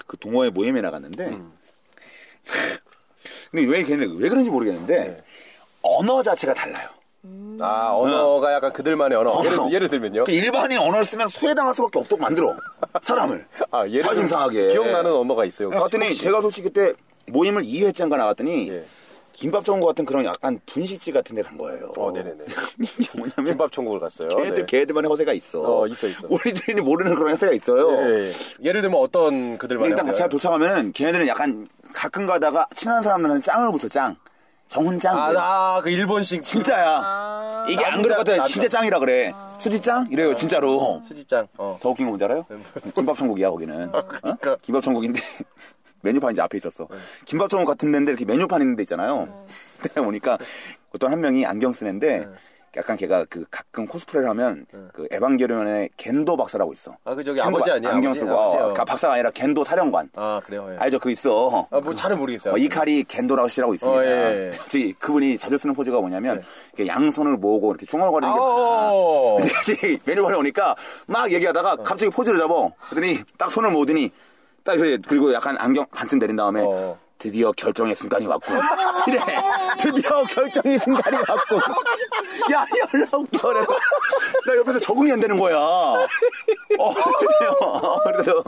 A: 그 동호회 모임에 나갔는데,
B: 음.
A: 근데 왜, 걔네, 왜 그런지 모르겠는데,
B: 네.
A: 언어 자체가 달라요.
B: 아, 언어가 약간 그들만의 언어.
A: 음. 언어.
B: 예를, 예를 들면요.
A: 그 일반인 언어를 쓰면 소외당할 수밖에 없도록 만들어. 사람을.
B: 아, 예를
A: 사심
B: 들면
A: 상하게.
B: 기억나는 언어가 있어요. 네, 혹시?
A: 갔더니
B: 혹시?
A: 제가 솔직히 그때 모임을 2회째인가 나갔더니
B: 예.
A: 김밥전구 같은 그런 약간 분식집 같은 데 간 거예요.
B: 어, 네네네.
A: 이게 뭐냐면
B: 김밥 천국을 갔어요.
A: 걔네들,
B: 네.
A: 걔네들만의 허세가 있어.
B: 어, 있어, 있어.
A: 우리들이 모르는 그런 허세가 있어요.
B: 예, 예. 를 들면 어떤 그들만의
A: 일단 제가
B: 언어예요?
A: 도착하면 걔네들은 약간 가끔 가다가 친한 사람들한테 짱을 붙여, 짱. 정훈짱.
B: 아, 아, 그 일본식
A: 진짜야.
C: 아.
A: 이게 안
B: 남자,
A: 그래봤더니
B: 남자. 아.
A: 진짜 짱이라 그래. 수지짱? 이래요, 진짜로.
B: 수지짱. 어.
A: 더 웃긴 거 뭔지 알아요?
B: 뭐.
A: 김밥 천국이야 거기는.
B: 아, 그러니까.
A: 어? 김밥 천국인데 메뉴판 이제 앞에 있었어.
B: 네.
A: 김밥 천국 같은 데인데 이렇게 메뉴판 있는 데 있잖아요. 내가 보니까 어떤 한 명이 안경 쓴
B: 네.
A: 애인데 약간 걔가 그 가끔 코스프레를 하면 그 에반게리온의 겐도 박사라고 있어.
B: 아, 그 저기
A: 겐도
B: 아버지
A: 바-
B: 아니야?
A: 안경
B: 아버지,
A: 쓰고
B: 아버지,
A: 어,
B: 어.
A: 그 박사가 아니라 겐도 사령관.
B: 아, 그래요. 예.
A: 알죠 그 있어.
B: 아, 뭐 잘은 모르겠어요.
A: 어, 이카리 겐도라고 씨라고 있습니다.
B: 어, 예, 네. 예.
A: 저기 그분이 자주 쓰는 포즈가 뭐냐면 이렇게 양손을 모으고 이렇게
B: 아,
A: 중얼거리는 게 많아.
B: 어.
A: 근데 같이 메뉴판에 오니까 막 얘기하다가 갑자기 포즈를 잡아. 그랬더니 딱 손을 모으더니 딱 그래. 그리고 약간 안경 반쯤 내린 다음에
B: 어.
A: 드디어 결정의 순간이 왔군. 이래. 드디어 결정의 순간이 왔군. 야, 연락결에. 나 옆에서 적응이 안 되는 거야. 어, 그래요. 그래서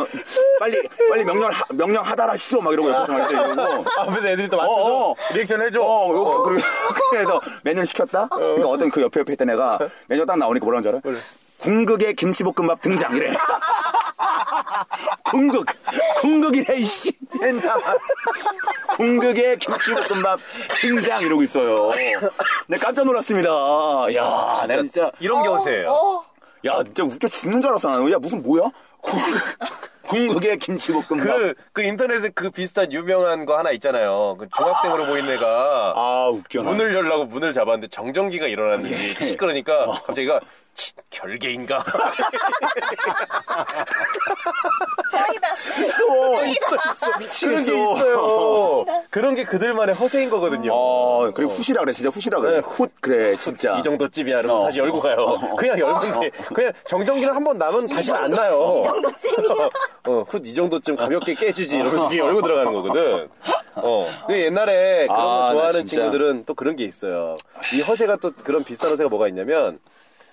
A: 빨리, 빨리 명령, 하- 명령하다라 시죠. 막 이러고 옆에서 막 이러고.
B: 앞에서 아, 애들이 또 맞춰서
A: 아, 네. 어, 어.
B: 리액션 해줘.
A: 어, 요- 그리고 그래서 매년 시켰다? 그러니까 어떤 그 옆에 옆에 있던 애가 매년 딱 나오니까 뭐라는 줄 알아? 궁극의 김치볶음밥 등장 이래. 궁극, 궁극이래 이씨. 궁극의 김치볶음밥 등장 이러고 있어요. 내가 깜짝 놀랐습니다. 야, 내가 진짜
B: 이런 게 오세요.
C: 어.
A: 야 진짜 웃겨 죽는 줄 알았어 나는. 야 무슨 뭐야? 궁극, 궁극의 김치볶음밥.
B: 그, 그 인터넷에 그 비슷한 유명한 거 하나 있잖아요. 그 중학생으로 보이는 애가
A: 아 웃겨. 나.
B: 문을 열라고 문을 잡았는데 정전기가
A: 예.
B: 일어났는지 치 그러니까 갑자기 얘가 치, 결계인가?
C: 짱이다.
A: 있어
B: 있어, 있어.
A: 미치겠어.
B: 그런 게 있어요. 그런 게 그들만의 허세인 거거든요.
A: 어, 네. 그리고 후시라 그래, 진짜 후시라 그래. 훗, 그래, 진짜.
B: 이 정도 집이야. 그러면
A: 어.
B: 다시 열고 가요. 그냥 열고 게 그냥 정전기를 한 번 나면 다시 안 나요.
C: 이 정도쯤이야.
B: 어, 훗 이 정도쯤 가볍게 깨지지 이러면서 그게 열고 들어가는 거거든. 어. 근데 옛날에 그런
A: 아,
B: 거
A: 나
B: 좋아하는
A: 진짜.
B: 친구들은 또 그런 게 있어요. 이 허세가 또 그런 비싼 허세가 뭐가 있냐면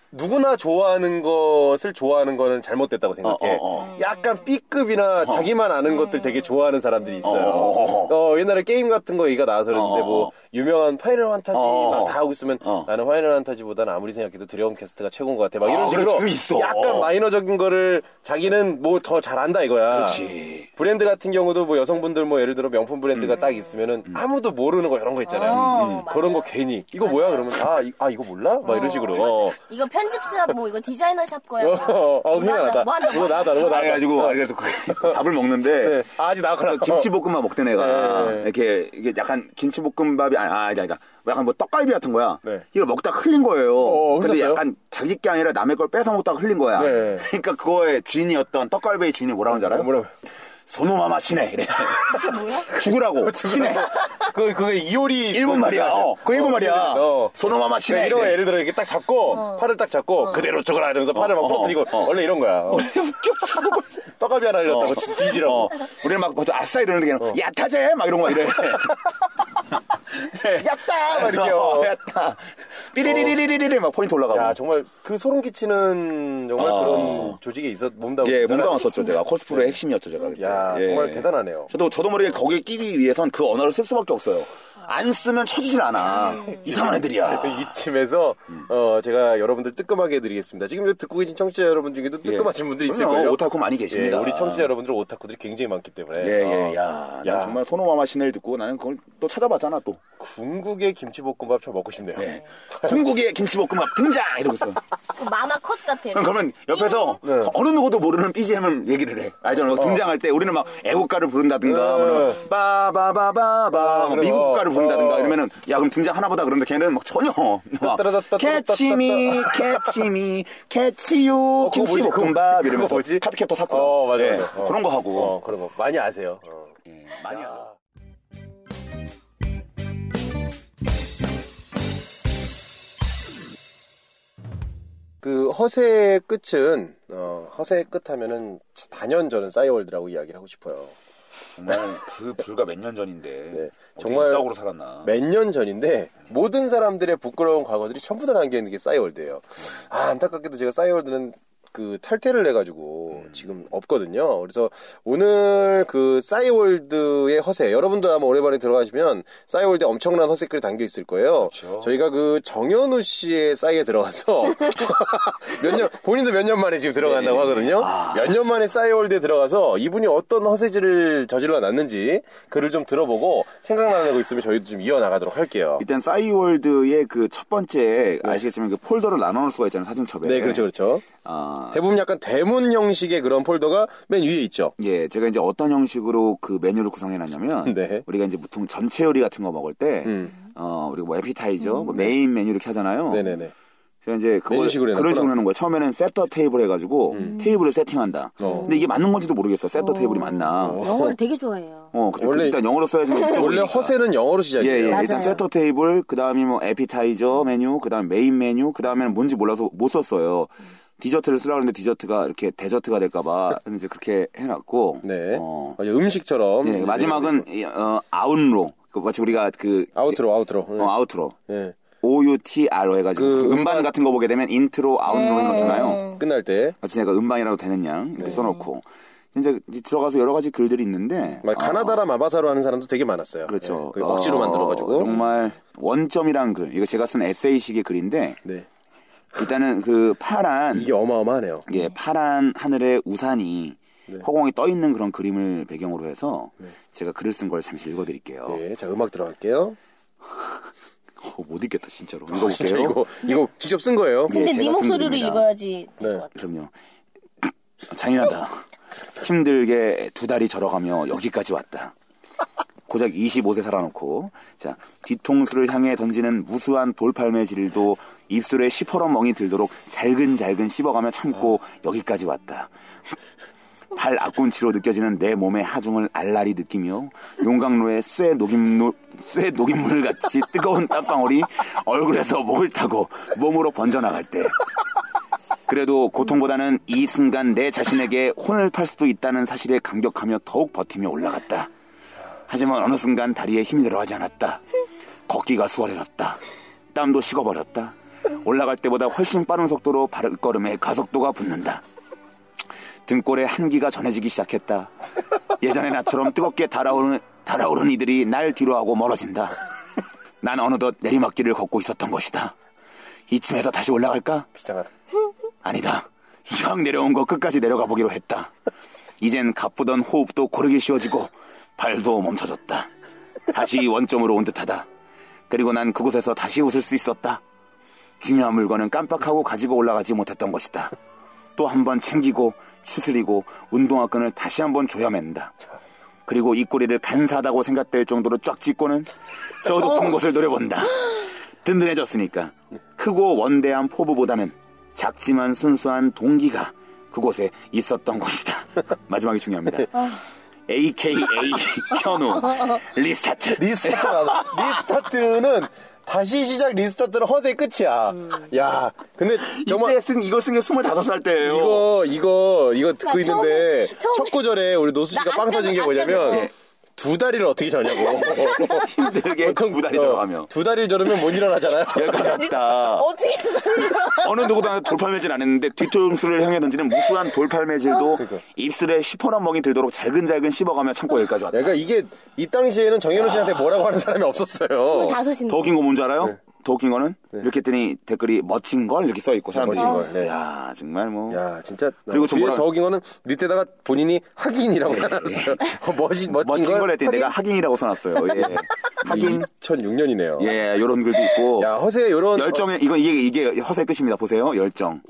B: 누구나 좋아하는 것을 좋아하는 거는 잘못됐다고 생각해.
A: 어, 어,
B: 약간 B급이나 자기만 아는 것들 되게 좋아하는 사람들이 있어요.
A: 어, 어,
B: 어, 옛날에 게임 같은 거 얘기가 나와서 그랬는데
A: 어, 어.
B: 뭐 유명한 파이널 판타지
A: 어, 어.
B: 막 다 하고 있으면
A: 어.
B: 나는 파이널 판타지보다는 아무리 생각해도 드래곤 캐스트가 최고인 것 같아. 막
A: 아,
B: 이런 식으로
A: 그렇지, 그거 있어.
B: 약간 마이너적인 거를 자기는 뭐 더 잘한다 이거야.
A: 그렇지. 음.
B: 브랜드 같은 경우도 뭐 여성분들 뭐 예를 들어 명품 브랜드가 딱 있으면은 아무도 모르는 거 이런 거 있잖아요. 음.
C: 어, 맞아요.
B: 그런 거 괜히 이거 뭐야 그러면 아, 이, 아 이거 몰라? 막 이런 식으로. 어.
C: 이거 편집샵 뭐 이거 디자이너 샵 거야.
B: 어,
C: 뭐.
B: 어, 생각났다.
C: 뭐 한다, 뭐
B: 이거
C: 한다.
B: 나다, 어. 이거
A: 아,
B: 나다.
A: 그래가지고, 아, 그래서 그 밥을 먹는데,
B: 네. 아, 아직 나왔구나.
A: 그 김치볶음밥 먹던 애가,
B: 네.
A: 이렇게, 이게 약간 김치볶음밥이, 아니, 아, 아니다, 아니다. 약간 뭐 떡갈비 같은 거야.
B: 네.
A: 이걸 먹다 흘린 거예요.
B: 어,
A: 근데
B: 흘렸어요?
A: 약간 자기 게 아니라 남의 걸 뺏어 먹다가 흘린 거야.
B: 네.
A: 그러니까 그거의 주인이었던 떡갈비의 주인이 뭐라고 하는지 알아요?
B: 뭐라고?
A: 소노마마 시네. 이래. 죽으라고. 시네.
B: 그, 그게 이효리.
A: 일본 말이야. 어, 그 일본 말이야.
B: 어.
A: 소노마마 시네.
B: 이런 거
A: 이래.
B: 예를 들어 이렇게 딱 잡고 팔을 딱 잡고 그대로 쪼그라 이러면서 팔을 막
A: 어,
B: 퍼뜨리고
A: 어.
B: 원래 이런 거야. 어. 떡갈비 하나 흘렸다고
A: 어.
B: 뒤지라고. 어.
A: 어. 우리는 막 보통 아싸 이러는데 그냥 야타제 막 이런 거 이래.
B: 딱! 막 이렇게.
A: 어,
B: 어.
A: 야타. 삐리리리리리리 막 포인트 올라가고.
B: 야 정말 그 소름 끼치는 정말
A: 어.
B: 그런 조직에 있었 몸담고
A: 예,
B: 있었잖아요.
A: 몸도 안 썼죠, 제가. 코스프레의 핵심이었죠, 제가. 그때.
B: 네. 야
A: 예.
B: 정말 대단하네요.
A: 저도, 저도 모르게 거기에 끼기 위해선 그 언어를 쓸 수밖에 없어요. 안 쓰면 쳐주질 않아. 이상한 애들이야.
B: 예. 이쯤에서
A: 음.
B: 어, 제가 여러분들 뜨끔하게 해드리겠습니다. 지금 듣고 계신 청취자 여러분 중에도 뜨끔하신
A: 예.
B: 분들이 있을
A: 그럼요.
B: 거예요.
A: 오타쿠 많이
B: 예,
A: 계십니다.
B: 우리 청취자 여러분들 오타쿠들이 굉장히 많기 때문에
A: 예,
B: 어,
A: 예, 야.
B: 야.
A: 난 정말 소노마마 시네를 듣고 나는 그걸 또 찾아봤잖아, 또.
B: 궁극의 김치볶음밥 저 먹고 싶네요.
A: 네. 궁극의 김치볶음밥 등장! 이러고 있어.
C: 그 만화 컷 같아요.
A: 어, 그럼 그러면 옆에서
B: 네.
A: 어느 누구도 모르는 BGM을 얘기를 해. 알잖아.
B: 어.
A: 등장할 때 우리는 막 애국가를 부른다든가,
B: 네.
A: 뭐막
B: 아,
A: 빠바바바바,
B: 그래요.
A: 미국가를 부른다든가
B: 어.
A: 이러면은 야 그럼 등장 하나보다 그러는데 걔는 막 전혀 막
B: 따따라따따따따따.
A: 캐치미, 캐치미, 캐치요,
B: 어, 그거 뭐지?
A: 김치볶음밥
B: 그거
A: 이러면서
B: 뭐지?
A: 카드캡터 사쿠라.
B: 어 맞아,
A: 예,
B: 맞아. 어.
A: 그런 거 하고
B: 어, 그런 거 많이 아세요. 어.
A: 예, 많이 하죠.
B: 그 허세의 끝은 어, 허세의 끝 하면은 단연 저는 싸이월드라고 이야기를 하고 싶어요.
A: 정말 그 불과 몇 년 전인데
B: 네.
A: 정말
B: 정말
A: 떡으로 살았나?
B: 몇 년 전인데 모든 사람들의 부끄러운 과거들이 전부 다 담겨 있는 게 싸이월드예요. 아 안타깝게도 제가 싸이월드는 그 탈퇴를 해가지고
A: 음.
B: 지금 없거든요. 그래서 오늘 그 싸이월드의 허세 여러분도 아마 오랜만에 들어가시면 싸이월드 에 엄청난 허세글이 담겨 있을 거예요.
A: 그렇죠.
B: 저희가 그 정현우 씨의 싸이에 들어가서 몇 년 본인도 몇 년 만에 지금
A: 예,
B: 들어간다고 하거든요.
A: 아.
B: 몇 년 만에 싸이월드에 들어가서 이분이 어떤 허세질을 저질러 놨는지 글을 좀 들어보고 생각나는 거 있으면 저희도 좀 이어나가도록 할게요.
A: 일단 싸이월드의 그 첫 번째 아시겠지만 그 폴더를 나눠 놓을 수가 있잖아요 사진첩에.
B: 네, 그렇죠, 그렇죠.
A: 아,
B: 대부분 약간 대문 형식의 그런 폴더가 맨 위에 있죠.
A: 예, 제가 이제 어떤 형식으로 그 메뉴를 구성해놨냐면
B: 네.
A: 우리가 이제 보통 전체 요리 같은 거 먹을 때,
B: 음.
A: 어, 우리가 뭐 에피타이저,
C: 음.
A: 뭐 메인 메뉴 이렇게 하잖아요.
B: 네네네.
A: 그래서 이제
B: 메뉴
A: 그걸
B: 식으로 해놨구나.
A: 그런 식으로 하는 거예요. 처음에는 세터 테이블 해가지고 테이블을 세팅한다.
B: 어.
A: 근데 이게 맞는 건지도 모르겠어. 세터 테이블이 맞나? 어,
C: 영어를 되게 좋아해요.
A: 그때
B: 원래-
A: 일단 영어로 써야지. 뭐 있어
B: 원래
A: 보이니까.
B: 허세는 영어로
A: 예,
B: 시작해요.
A: 예.
C: 맞아요.
A: 일단 세터 테이블, 그 다음에 뭐 에피타이저 메뉴, 그 다음에 메인 메뉴, 그 다음에는 뭔지 몰라서 못 썼어요. 디저트를 쓰려고 했는데 디저트가 이렇게 데저트가 될까봐 이제 그렇게 해놨고.
B: 네.
A: 어.
B: 어, 음식처럼.
A: 예,
B: 이제
A: 마지막은 이, 어, 아웃로. 그 마치 우리가 그
B: 아우트로, 아우트로. 예.
A: 어, 아웃로.
B: 예.
A: OUTR로 해가지고
B: 그
A: 그
B: 음반
A: 음반 같은 거 보게 되면 인트로 아웃로 해놓잖아요.
B: 끝날 때.
A: 마치 내가 음반이라도 되는 양
B: 네.
A: 이렇게 써놓고 진짜 이 들어가서 여러 가지 글들이 있는데
B: 막 가나다라 마바사로 하는 사람도 되게 많았어요.
A: 어, 아. 그렇죠.
B: 예, 거의 억지로
A: 어,
B: 만들어가지고.
A: 정말 원점이란 글 이거 제가 쓴 에세이식의 글인데
B: 네.
A: 일단은 그 파란
B: 이게 어마어마하네요.
A: 예, 파란 하늘에 우산이
B: 네.
A: 허공에 떠 있는 그런 그림을 배경으로 해서 제가 글을 쓴 걸 잠시 읽어드릴게요.
B: 네, 자 음악 들어갈게요.
A: 어, 못 읽겠다 진짜로.
B: 아, 진짜
A: 읽어볼게요.
B: 이거 이거 직접 쓴 거예요.
A: 예,
C: 근데
A: 제가
C: 네
A: 쓴
C: 목소리로
A: 글입니다.
C: 읽어야지.
B: 네.
C: 될것 같아요.
A: 그럼요. 잔인하다. 힘들게 두 다리 절어가며 여기까지 왔다. 고작 25세 살아놓고 자 뒤통수를 향해 던지는 무수한 돌팔매질도 입술에 시퍼런 멍이 들도록 잘근잘근 씹어가며 참고 여기까지 왔다. 발 앞꿈치로 느껴지는 내 몸의 하중을 알랄이 느끼며 용광로에 쇠 녹임물 쇠 녹임물 같이 뜨거운 땀방울이 얼굴에서 목을 타고 몸으로 번져나갈 때 그래도 고통보다는 이 순간 내 자신에게 혼을 팔 수도 있다는 사실에 감격하며 더욱 버티며 올라갔다. 하지만 어느 순간 다리에 힘이 들어가지 않았다. 걷기가 수월해졌다. 땀도 식어버렸다. 올라갈 때보다 훨씬 빠른 속도로 발걸음에 가속도가 붙는다. 등골에 한기가 전해지기 시작했다. 예전에 나처럼 뜨겁게 달아오르는, 달아오르는 이들이 날 뒤로하고 멀어진다. 난 어느덧 내리막길을 걷고 있었던 것이다. 이쯤에서 다시 올라갈까?
B: 비장하다.
A: 아니다. 이왕 내려온 거 끝까지 내려가 보기로 했다. 이젠 가쁘던 호흡도 고르기 쉬워지고 발도 멈춰졌다. 다시 원점으로 온 듯하다. 그리고 난 그곳에서 다시 웃을 수 있었다. 중요한 물건은 깜빡하고 가지고 올라가지 못했던 것이다. 또 한 번 챙기고 추스리고 운동화 끈을 다시 한 번 조여맨다. 그리고 이 꼬리를 간사하다고 생각될 정도로 쫙 찢고는 저 높은 곳을 노려본다. 든든해졌으니까 크고 원대한 포부보다는 작지만 순수한 동기가 그곳에 있었던 것이다. 마지막이 중요합니다. AKA 현우 리스타트.
B: 리스타트 나도. 리스타트는 다시 시작 리스타트는 허세 끝이야. 야, 근데
A: 음.
B: 정말
A: 이때 쓴 이걸 쓴 게 25살 때예요.
B: 이거 이거 이거 듣고
C: 나
B: 있는데
C: 처음에- 처음에-
B: 첫 구절에 우리 노수 씨가
C: 나 네.
B: 빵
C: 안
B: 터진 게
C: 뜯어, 안
B: 뭐냐면
C: 뜯어.
B: 두 다리를 어떻게 저냐고. 어,
A: 힘들게 두 예, 다리 저러하며
B: 두 다리를 저러면 못 일어나잖아요.
A: 여기까지 왔다.
C: 어떻게
A: 어느 누구도 돌팔매질 안 했는데 뒤통수를 향해 던지는 무수한
B: 어?
A: 돌팔매질도 입술에 시퍼런 멍이 들도록 잘근잘근 씹어가며 참고 여기까지 왔다.
B: 내가 이게 이 당시에는 정현우 씨한테 뭐라고 하는 사람이 없었어요.
C: 다섯인데.
A: 더 웃긴 거 뭔 줄 알아요?
B: 네.
A: 더 웃긴 거는 이렇게 했더니 댓글이 멋진 걸 이렇게 써 있고 사람들이
B: 멋진 걸, 네.
A: 야 정말 뭐
B: 야 진짜
A: 그리고
B: 그리고
A: 좀
B: 뒤에
A: 뭐라-
B: 더긴 거는 밑에다가 본인이 하긴이라고 써놨어요. 뭐 멋진 멋진,
A: 멋진 걸 했더니
B: 하긴? 네.
A: 내가 하긴이라고 써놨어요. 예. 하긴
B: 2006년이네요.
A: 예 이런 글도 있고
B: 야 허세 요런 어,
A: 열정에 이건 이게 이게 허세 끝입니다. 보세요 열정.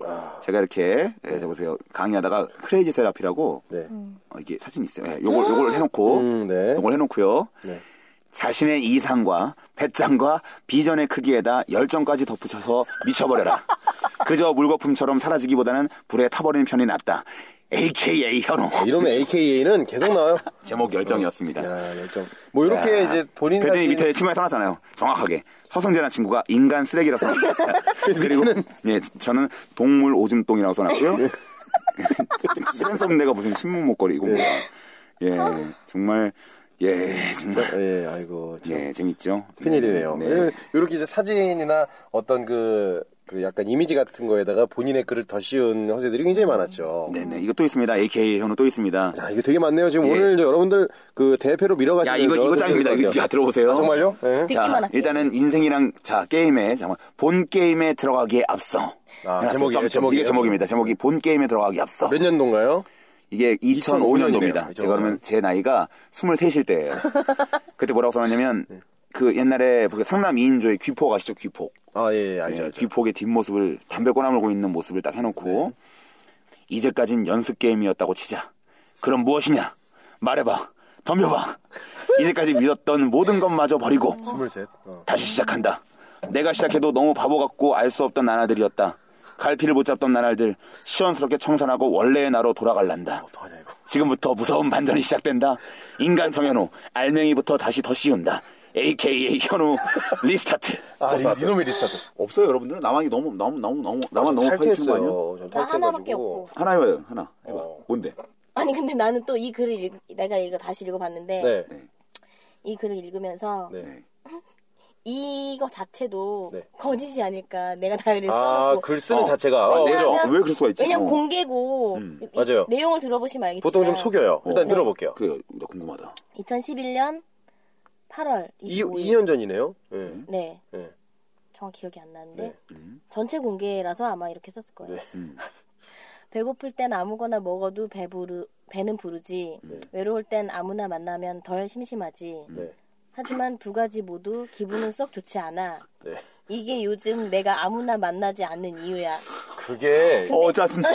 A: 제가 이렇게 예, 저 보세요 강의하다가 크레이지 세라피라고
B: 네.
A: 어, 이게 사진 이 있어요. 예, 요걸 요걸 해놓고
B: 음, 네.
A: 요걸 해놓고요.
B: 네.
A: 자신의 이상과 배짱과 비전의 크기에다 열정까지 덧붙여서 미쳐버려라. 그저 물거품처럼 사라지기보다는 불에 타버리는 편이 낫다. AKA 현호.
B: 이러면 AKA는 계속 나와요.
A: 제목 열정이었습니다.
B: 예. 야 열정. 뭐 이렇게
A: 야.
B: 이제 본인
A: 그랬더니
B: 사진
A: 밑에 친구가 써놨잖아요. 정확하게 서승재라는 친구가 인간 쓰레기라고 써놨어요. 그리고 예, 저는 동물 오줌똥이라고 써놨고요.
B: 예.
A: 센스 없는 내가 무슨 신문 목걸이고 뭐. 예, 정말 예, 정말
B: 예 아이고 참.
A: 예, 재밌죠.
B: 큰일이네요. 예.
A: 네.
B: 이렇게 이제 사진이나 어떤 그, 그 약간 이미지 같은 거에다가 본인의 글을 더 씌운 허세들이 굉장히 많았죠.
A: 네네 이거 또 있습니다. AK 현우 또 있습니다.
B: 야, 이거 되게 많네요. 지금 오늘 여러분들 그 대패로 밀어가시면서
A: 예. 야 이거 이거 짱입니다. 이거
B: 들어볼게요.
A: 진짜 들어보세요.
B: 아, 정말요? 네.
C: 듣기만
A: 자
C: 할게요.
A: 일단은 인생이랑 자 게임에 잠깐 본 게임에 들어가기에 앞서
B: 아,
A: 해놨어요.
B: 제목이에요,
A: 점점.
B: 제목이에요?
A: 이게 제목입니다. 제목이 본 게임에 들어가기 앞서
B: 몇 년도인가요?
A: 이게 2005년도입니다.
B: 2005년이네요.
A: 제가 그러면 제 나이가 23일 때예요. 그때 뭐라고 써놨냐면 그 옛날에 그 상남 2인조의 귀포 아시죠? 귀포.
B: 아, 예, 예, 알죠.
A: 예,
B: 알죠.
A: 귀폭의 뒷모습을 담배 꼬나물고 있는 모습을 딱 해놓고 네. 이제까진 연습 게임이었다고 치자. 그럼 무엇이냐? 말해봐. 덤벼봐. 이제까지 믿었던 모든 것마저 버리고
B: 23. 어.
A: 다시 시작한다. 내가 시작해도 너무 바보 같고 알 수 없던 나날들이었다. 갈피를 못 잡던 나날들 시원스럽게 청산하고 원래의 나로 돌아갈란다.
B: 어떡하냐, 이거.
A: 지금부터 무서운 반전이 시작된다. 인간 정현우 알맹이부터 다시 더 씌운다. AKA 현우 리스타트.
B: 아, 이- 이놈의 리스타트.
A: 없어요 여러분들 나만이 너무 너무 너무 너무 나만 너무 파헤치는 거 아니야?
B: 전
C: 나
B: 탈퇴해가지고.
C: 하나밖에 없고.
A: 하나 해봐요 하나 해봐
B: 어.
A: 뭔데?
C: 아니 근데 나는 또 이 글을 읽, 내가 읽어 다시 읽어봤는데
B: 네.
C: 이 글을 읽으면서
B: 네.
A: 네.
C: 이거 자체도
B: 네.
C: 거짓이 아닐까 내가 다이를
B: 아,
C: 써놓고
B: 글 쓰는 자체가.
A: 아,
B: 어,
A: 왜죠?
B: 그죠?
C: 네, 왜냐면-
A: 왜 그럴 수가 있지?
C: 왜냐면
A: 어.
C: 공개고 이-
B: 음, 맞아요.
C: 내용을 들어보시면 알겠지만
B: 보통 좀 속여요. 일단
A: 어.
B: 들어볼게요.
A: 그래 나 궁금하다.
C: 2011년 8월
B: 2,
C: 25일
B: 년 전이네요. 예.
C: 네
A: 음.
B: 예.
C: 정확히 기억이 안 나는데
B: 네.
C: 전체 공개라서 아마 이렇게 썼을 거예요.
B: 네.
A: 음.
C: 배고플 땐 아무거나 먹어도 배부르 배는 부르지. 외로울 땐 아무나 만나면 덜 심심하지.
B: 네.
C: 하지만 두 가지 모두 기분은 썩 좋지 않아.
B: 네.
C: 이게 요즘 내가 아무나 만나지 않는 이유야.
B: 그게
A: 어 짜증나.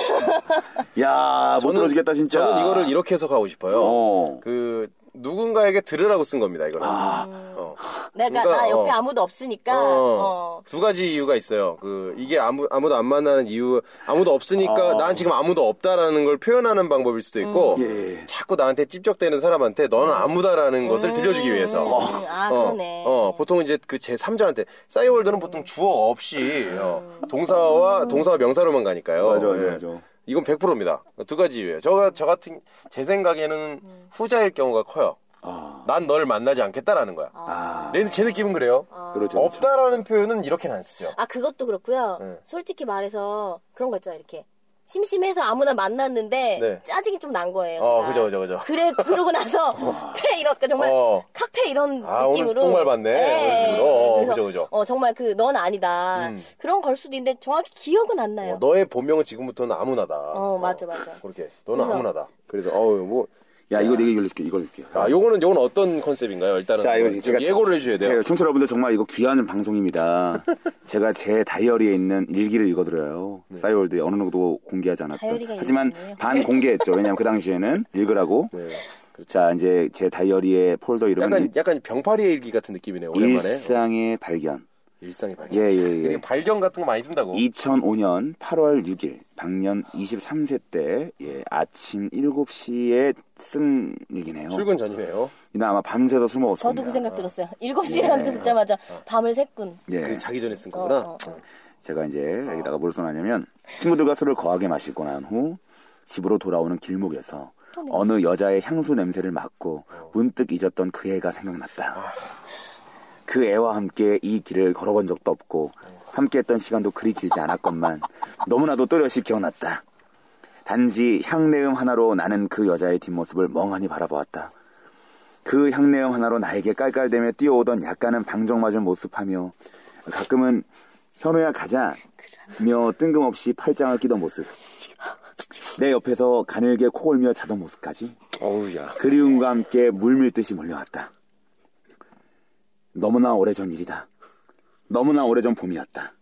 A: 야못 들어지겠다 진짜.
B: 저는 이거를 이렇게 해석하고 싶어요.
A: 어.
B: 그 누군가에게 들으라고 쓴 겁니다. 이거는.
A: 아.
B: 어.
C: 내가
B: 그러니까,
C: 나 옆에
B: 어.
C: 아무도 없으니까
B: 어.
C: 어.
B: 두 가지 이유가 있어요. 그 이게 아무 아무도 안 만나는 이유, 아무도 없으니까 난 지금 아무도 없다라는 걸 표현하는 방법일 수도
C: 음.
B: 있고,
A: 예.
B: 자꾸 나한테 찝적대는 사람한테 너는 아무다라는 것을 들려주기 위해서.
C: 음, 아, 그러네.
B: 어, 보통 이제 그 제 3자한테 싸이월드는 보통 주어 없이 어, 동사와 동사와 명사로만 가니까요.
A: 맞아 맞아
B: 예.
A: 맞아.
B: 이건 100%입니다. 두 가지 이유예요. 저, 저 같은, 제 생각에는 후자일 경우가 커요.
A: 아,
B: 난 널 만나지 않겠다라는 거야.
A: 아
B: 내, 제 느낌은 그래요.
A: 그렇죠. 그렇죠.
B: 네. 없다라는 표현은 이렇게는 안 쓰죠.
C: 아 그것도 그렇고요.
B: 네.
C: 솔직히 말해서 그런 거 있잖아요. 이렇게 심심해서 아무나 만났는데
B: 네.
C: 짜증이 좀 난 거예요.
B: 어,
C: 제가.
B: 그죠, 그죠, 그죠.
C: 그래 그러고 나서 퇴 이렇게 정말
B: 어.
C: 칵퇴 이런
B: 아, 오늘
C: 느낌으로 예.
B: 똥말 봤네. 이런 식으로. 어,
C: 그래서,
B: 그죠, 그죠.
C: 어, 정말 그 넌 아니다 그런 걸 수도 있는데 정확히 기억은 안 나요.
B: 어, 너의 본명은 지금부터는 아무나다.
C: 어, 맞죠, 맞죠.
B: 그렇게. 너는
C: 그래서-
B: 아무나다. 그래서, 어우, 뭐.
A: 야 이거 내가 이걸 읽을게 이걸 읽을게.
B: 아, 요거는, 요건 어떤 컨셉인가요? 일단은.
A: 자, 이거
B: 좀
A: 제가
B: 예고를 해줘야 돼요.
A: 제 청취자 여러분들 정말 이거 귀한 방송입니다. 제가 제 다이어리에 있는 일기를 읽어드려요.
B: 네.
A: 싸이월드에 어느 누구도 공개하지
C: 다이어리가
A: 않았던. 하지만
C: 있네요.
A: 반 공개했죠. 왜냐하면 그 당시에는 읽으라고. 자, 이제 제 다이어리의 폴더 이름은
B: 네. 약간, 약간 병파리의 일기 같은 느낌이네, 오랜만에.
A: 일상의 발견.
B: 일상의 발견.
A: 예, 예,
B: 이게
A: 예.
B: 발견 같은 거 많이 쓴다고.
A: 2005년 8월 6일, 방년 23세 때, 예, 아침 7시에 쓴 일기네요.
B: 출근 전이네요.
A: 이날 아마 밤새서 술 먹었습니다.
C: 저도 그
B: 음, 아.
C: 생각 들었어요.
B: 예.
C: 7시라는 거 듣자마자
B: 어.
C: 밤을 샜군.
A: 예.
B: 그 자기 전에 쓴 거구나.
C: 어, 어,
A: 제가 이제 여기다가 뭘 써놨냐면 친구들과 술을 거하게 마시고 난 후 집으로 돌아오는 길목에서
C: 또 냄새.
A: 어느 여자의 향수 냄새를 맡고 문득 잊었던 그 애가
C: 아.
A: 생각났다. 그 애와 함께 이 길을 걸어본 적도 없고 함께했던 시간도 그리 길지 않았건만 너무나도 또렷이 기억났다. 단지 향내음 하나로 나는 그 여자의 뒷모습을 멍하니 바라보았다. 그 향내음 하나로 나에게 깔깔대며 뛰어오던 약간은 방정맞은 모습하며 가끔은 현우야 가자 며 뜬금없이 팔짱을 끼던 모습 내 옆에서 가늘게 코골며 자던 모습까지
B: 어우야.
A: 그리움과 함께 물밀듯이 몰려왔다. 너무나 오래전 일이다. 너무나 오래전 봄이었다.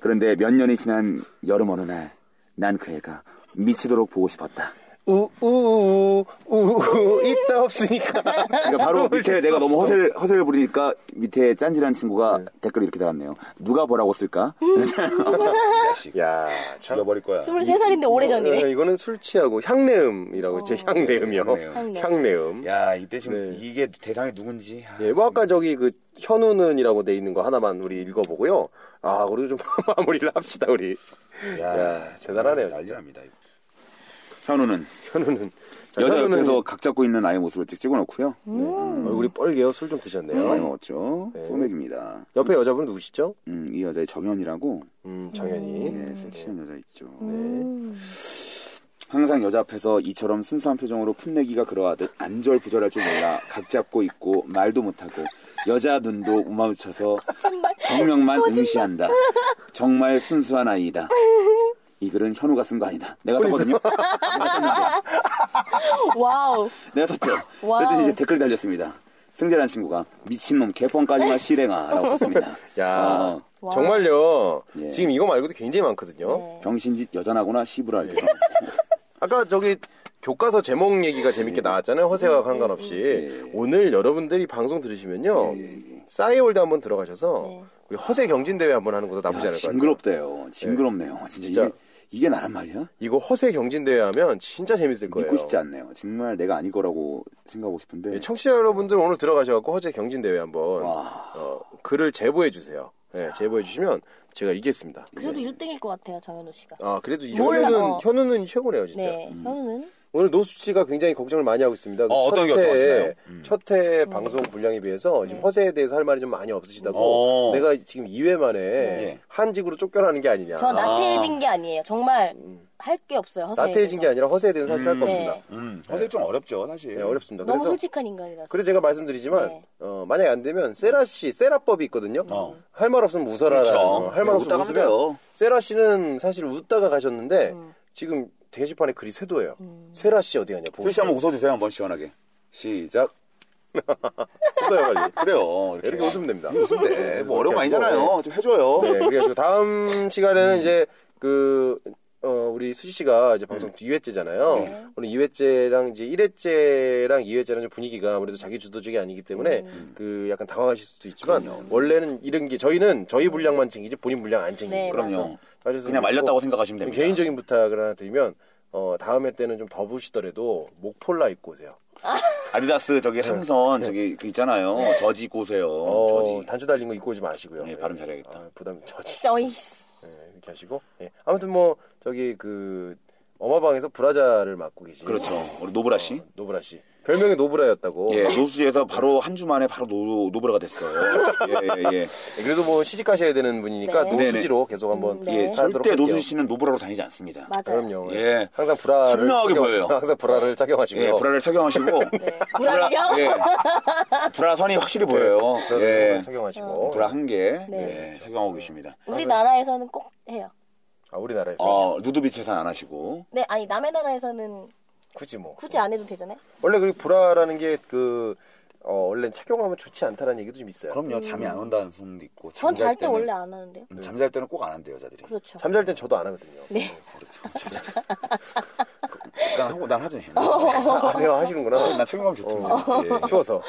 A: 그런데 몇 년이 지난 여름 어느 날 난 그 애가 미치도록 보고 싶었다.
B: 우우우 우우 있다 없으니까.
A: 그러니까 바로 밑에 내가 너무 허세를, 허세를 부리니까 밑에 짠질한 친구가
B: 네.
A: 댓글을 이렇게 달았네요. 누가 뭐라고 쓸까?
B: 음. 야, 참.
A: 죽여버릴 거야.
C: 23살인데 오래전이네.
B: 어, 이거는 술 취하고 향내음이라고 제 어. 네, 향내음이요.
A: 향내음.
B: 향내음.
A: 야 이때 지금
B: 네.
A: 이게 대상이 누군지.
B: 예, 뭐 아까 저기 그 현우는이라고 돼 있는 거 하나만 우리 읽어보고요. 아, 우리 좀 마무리를 합시다 우리. 야, 대단하네요, 진짜.
A: 난리납니다. 이거. 현우는
B: 현우는 자,
A: 여자
B: 현우는 음.
A: 옆에서 각 잡고 있는 아이 모습을 찍- 찍어놓고요.
C: 음.
B: 얼굴이 뻘개요. 술 좀 드셨네요.
A: 많이 먹었죠. 소맥입니다.
B: 옆에 여자분 누구시죠?
A: 음, 이 여자의 정현이라고
B: 음, 네. 정현이.
A: 예, 섹시한 여자 있죠.
C: 음.
A: 항상 여자 앞에서 이처럼 순수한 표정으로 풋내기가 그러하듯 안절부절할 줄 몰라 각 잡고 있고 말도 못하고 여자 눈도 못 마주쳐서 정명만 응시한다. 정말 순수한 아이다. 이 글은 현우가 쓴 거 아니다. 내가 썼거든요. 내가 썼는데.
C: 와우.
A: 내가 썼죠.
C: 와우.
A: 그랬더니 이제 댓글 달렸습니다. 승재란 친구가 미친놈 개뻥까지만 실행아라고 썼습니다.
B: 야,
C: 아.
A: 어,
B: 정말요.
A: 예.
B: 지금 이거 말고도 굉장히 많거든요.
C: 네.
A: 병신짓 여전하구나 시부랄.
B: 네.
A: 예.
B: 아까 저기 교과서 제목 얘기가
A: 예.
B: 재밌게 나왔잖아요. 허세와 상관없이. 오늘 여러분들이 방송
A: 예,
B: 들으시면요. 싸이월드 한번 들어가셔서
C: 네.
B: 우리 허세 경진대회 한번 하는 것도 나쁘지
A: 야,
B: 않을 것 같아요.
A: 징그럽대요. 징그럽네요. 진짜,
B: 진짜.
A: 이게, 이게 나란 말이야?
B: 이거 허세 경진대회 하면 진짜 재밌을 거예요.
A: 믿고 싶지 않네요. 정말 내가 아닐 거라고 생각하고 싶은데.
B: 예, 청취자 여러분들 오늘 들어가셔갖고 허세 경진대회 한번
A: 와.
B: 어, 글을 제보해 주세요. 예, 제보해 주시면 제가 읽겠습니다. 예.
C: 그래도 1등일 것 같아요, 정현우 씨가.
B: 아 그래도 이
C: 몰라,
B: 현우는
C: 어.
B: 현우는 최고네요 진짜. 음.
C: 네, 현우는
B: 오늘 노수 씨가 굉장히 걱정을 많이 하고 있습니다. 그
A: 어, 어떤 걱정하시나요? 음.
B: 첫회 방송 분량에 비해서 지금 허세에 대해서 할 말이 좀 많이 없으시다고
A: 어.
B: 내가 지금 2회 만에
A: 네.
B: 한 직으로 쫓겨나는 게 아니냐. 음.
C: 저 나태해진 게 아니에요. 정말 할 게 없어요, 허세.
B: 나태해진 게 아니라 허세에 대해서 사실 할 겁니다.
C: 네.
A: 음, 사실 좀 어렵죠, 사실.
B: 네, 어렵습니다.
C: 너무
B: 그래서
C: 솔직한 인간이라서.
B: 그래서 제가 말씀드리지만
C: 네.
B: 어, 만약에 안 되면 세라 씨 세라법이 있거든요.
A: 어.
B: 할 말 없으면 웃어라라는
A: 그렇죠.
B: 거. 할말
A: 네,
B: 없으면
A: 웃다가
B: 웃으면
A: 돼요.
B: 세라 씨는 사실 웃다가 가셨는데
C: 음.
B: 지금 게시판에 글이 쇄도예요. 세라 씨 어디 가냐 보고
A: 수희 씨 한번 웃어주세요, 한번 시원하게. 시작.
B: 웃어요 빨리.
A: 그래요. 이렇게,
B: 이렇게 웃으면 됩니다. 네,
A: 웃는데. 뭐 어려운 거
B: 이렇게 하시고,
A: 아니잖아요. 좀 해줘요.
B: 네, 그래가지고 다음 시간에는 이제 그, 어, 우리 수지 씨가 이제 방송 2회째잖아요. 오늘 2회째랑 이제 1회째랑 2회째랑 좀 분위기가 아무래도 자기 주도적이 아니기 때문에 그 약간 당황하실 수도 있지만 원래는 이런 게 저희는 저희 분량만 챙기지 본인 분량 안 챙기고
C: 네,
A: 그럼요.
B: 사실
A: 그냥 말렸다고 생각하시면 됩니다.
B: 개인적인 부탁을 하나 드리면 어, 다음 회 때는 좀 더부시더라도 목폴라 입고 오세요.
A: 아디다스 저기 삼선 저기 그 있잖아요. 저지 고세요.
B: 네. 어,
A: 저지.
B: 단추 달린 거 입고 오지 마시고요.
A: 네, 발음 잘해야겠다.
B: 아, 부담 저지.
C: 진짜 어이씨.
B: 예, 이렇게 하시고 예. 아무튼 뭐 저기 그 엄마방에서 브라자를 맡고 계신
A: 그렇죠. 우리 노브라 씨.
B: 노브라 씨 별명이 노브라였다고
A: 예, 노수지에서 바로 한 주 만에 바로 노, 노브라가 됐어요. 예, 예, 예.
B: 예, 그래도 뭐 시집 가셔야 되는 분이니까
C: 네.
B: 노수지로 계속 한번
C: 음,
A: 예,
C: 네.
B: 하도록
A: 절대
B: 할게요.
A: 노수지 씨는 노브라로 다니지 않습니다.
C: 맞아요.
B: 그럼요
A: 예.
B: 항상 브라를
A: 선명하게
B: 착용하시-
A: 보여요.
B: 항상 브라를 착용하시고요
A: 예, 브라를 착용하시고
C: 네. 불안요?
A: 예. 브라 선이 확실히 보여요.
B: 브라를
A: 예.
B: 항상
C: 어.
B: 착용하시고
A: 브라 한 개. 예,
C: 네.
A: 착용하고 계십니다.
C: 우리나라에서는 꼭 해요.
B: 아 우리나라에서
A: 어, 누드비 채산 안 하시고.
C: 네, 아니 남의 나라에서는
B: 굳이 뭐
C: 굳이 안 해도 되잖아요.
B: 원래 그 브라라는 게 그 어, 원래 착용하면 좋지 않다라는 얘기도 좀 있어요
A: 그럼요. 잠이 안 온다는 소문도 있고.
C: 음.
A: 음,
C: 전 잘 때 원래 안 하는데요.
A: 잠잘 때는 꼭 안 한대요, 여자들이.
C: 그렇죠.
B: 잠잘 땐 저도 안 하거든요
C: 네.
A: 난 하고 난 하지.
C: 어.
B: 아 제가 하시는구나
A: 난 착용하면 좋던데. 예.
B: 추워서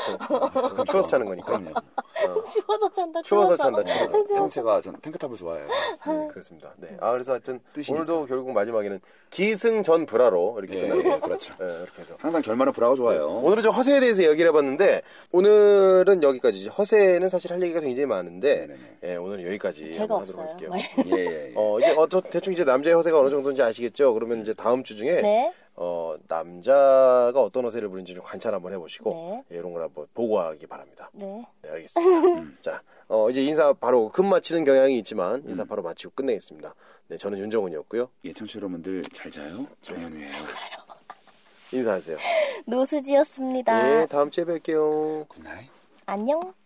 B: 추워서 자는 거니까
A: 그럼요. 네.
C: 추워서 찬다.
B: 어. 추워서
C: 아,
B: 찬다 추워서
A: 상체가 전 탱크탑을 좋아해요.
B: 네, 그렇습니다. 네. 아 그래서 하여튼
A: 뜻이니까.
B: 오늘도 결국 마지막에는 기승전 불화로 이렇게
A: 예,
B: 끝나네요.
A: 예, 그렇죠.
B: 예, 이렇게 해서
A: 항상 결말은 브라가 좋아요.
B: 오늘은 좀 허세에 대해서 이야기를 해봤는데 오늘은 여기까지 허세는 사실 할 얘기가 굉장히 많은데
A: 네네네.
B: 예, 오늘은 여기까지
C: 제가
B: 한번 하도록
C: 없어요.
B: 할게요.
C: 막 이래.
A: 예, 예. 예.
B: 어 이제 어, 저- 대충 이제 남자의 허세가 어느 정도인지 아시겠죠? 그러면 이제 다음 주 중에
C: 네.
B: 어, 남자가 어떤 허세를 부리는지 좀 관찰 한번 해보시고 예, 이런 걸 한번 보고하기 바랍니다.
C: 네.
B: 네, 알겠습니다. 자, 어, 이제 인사 바로 급 마치는 경향이 있지만 인사 바로 마치고 끝내겠습니다. 네, 저는 윤정훈이었고요.
A: 예, 청취자 여러분들 잘 자요. 정현우예요.
B: 인사하세요.
C: 노수지였습니다. 네.
B: 예, 다음 주에 뵐게요.
A: 굿나잇.
C: 안녕.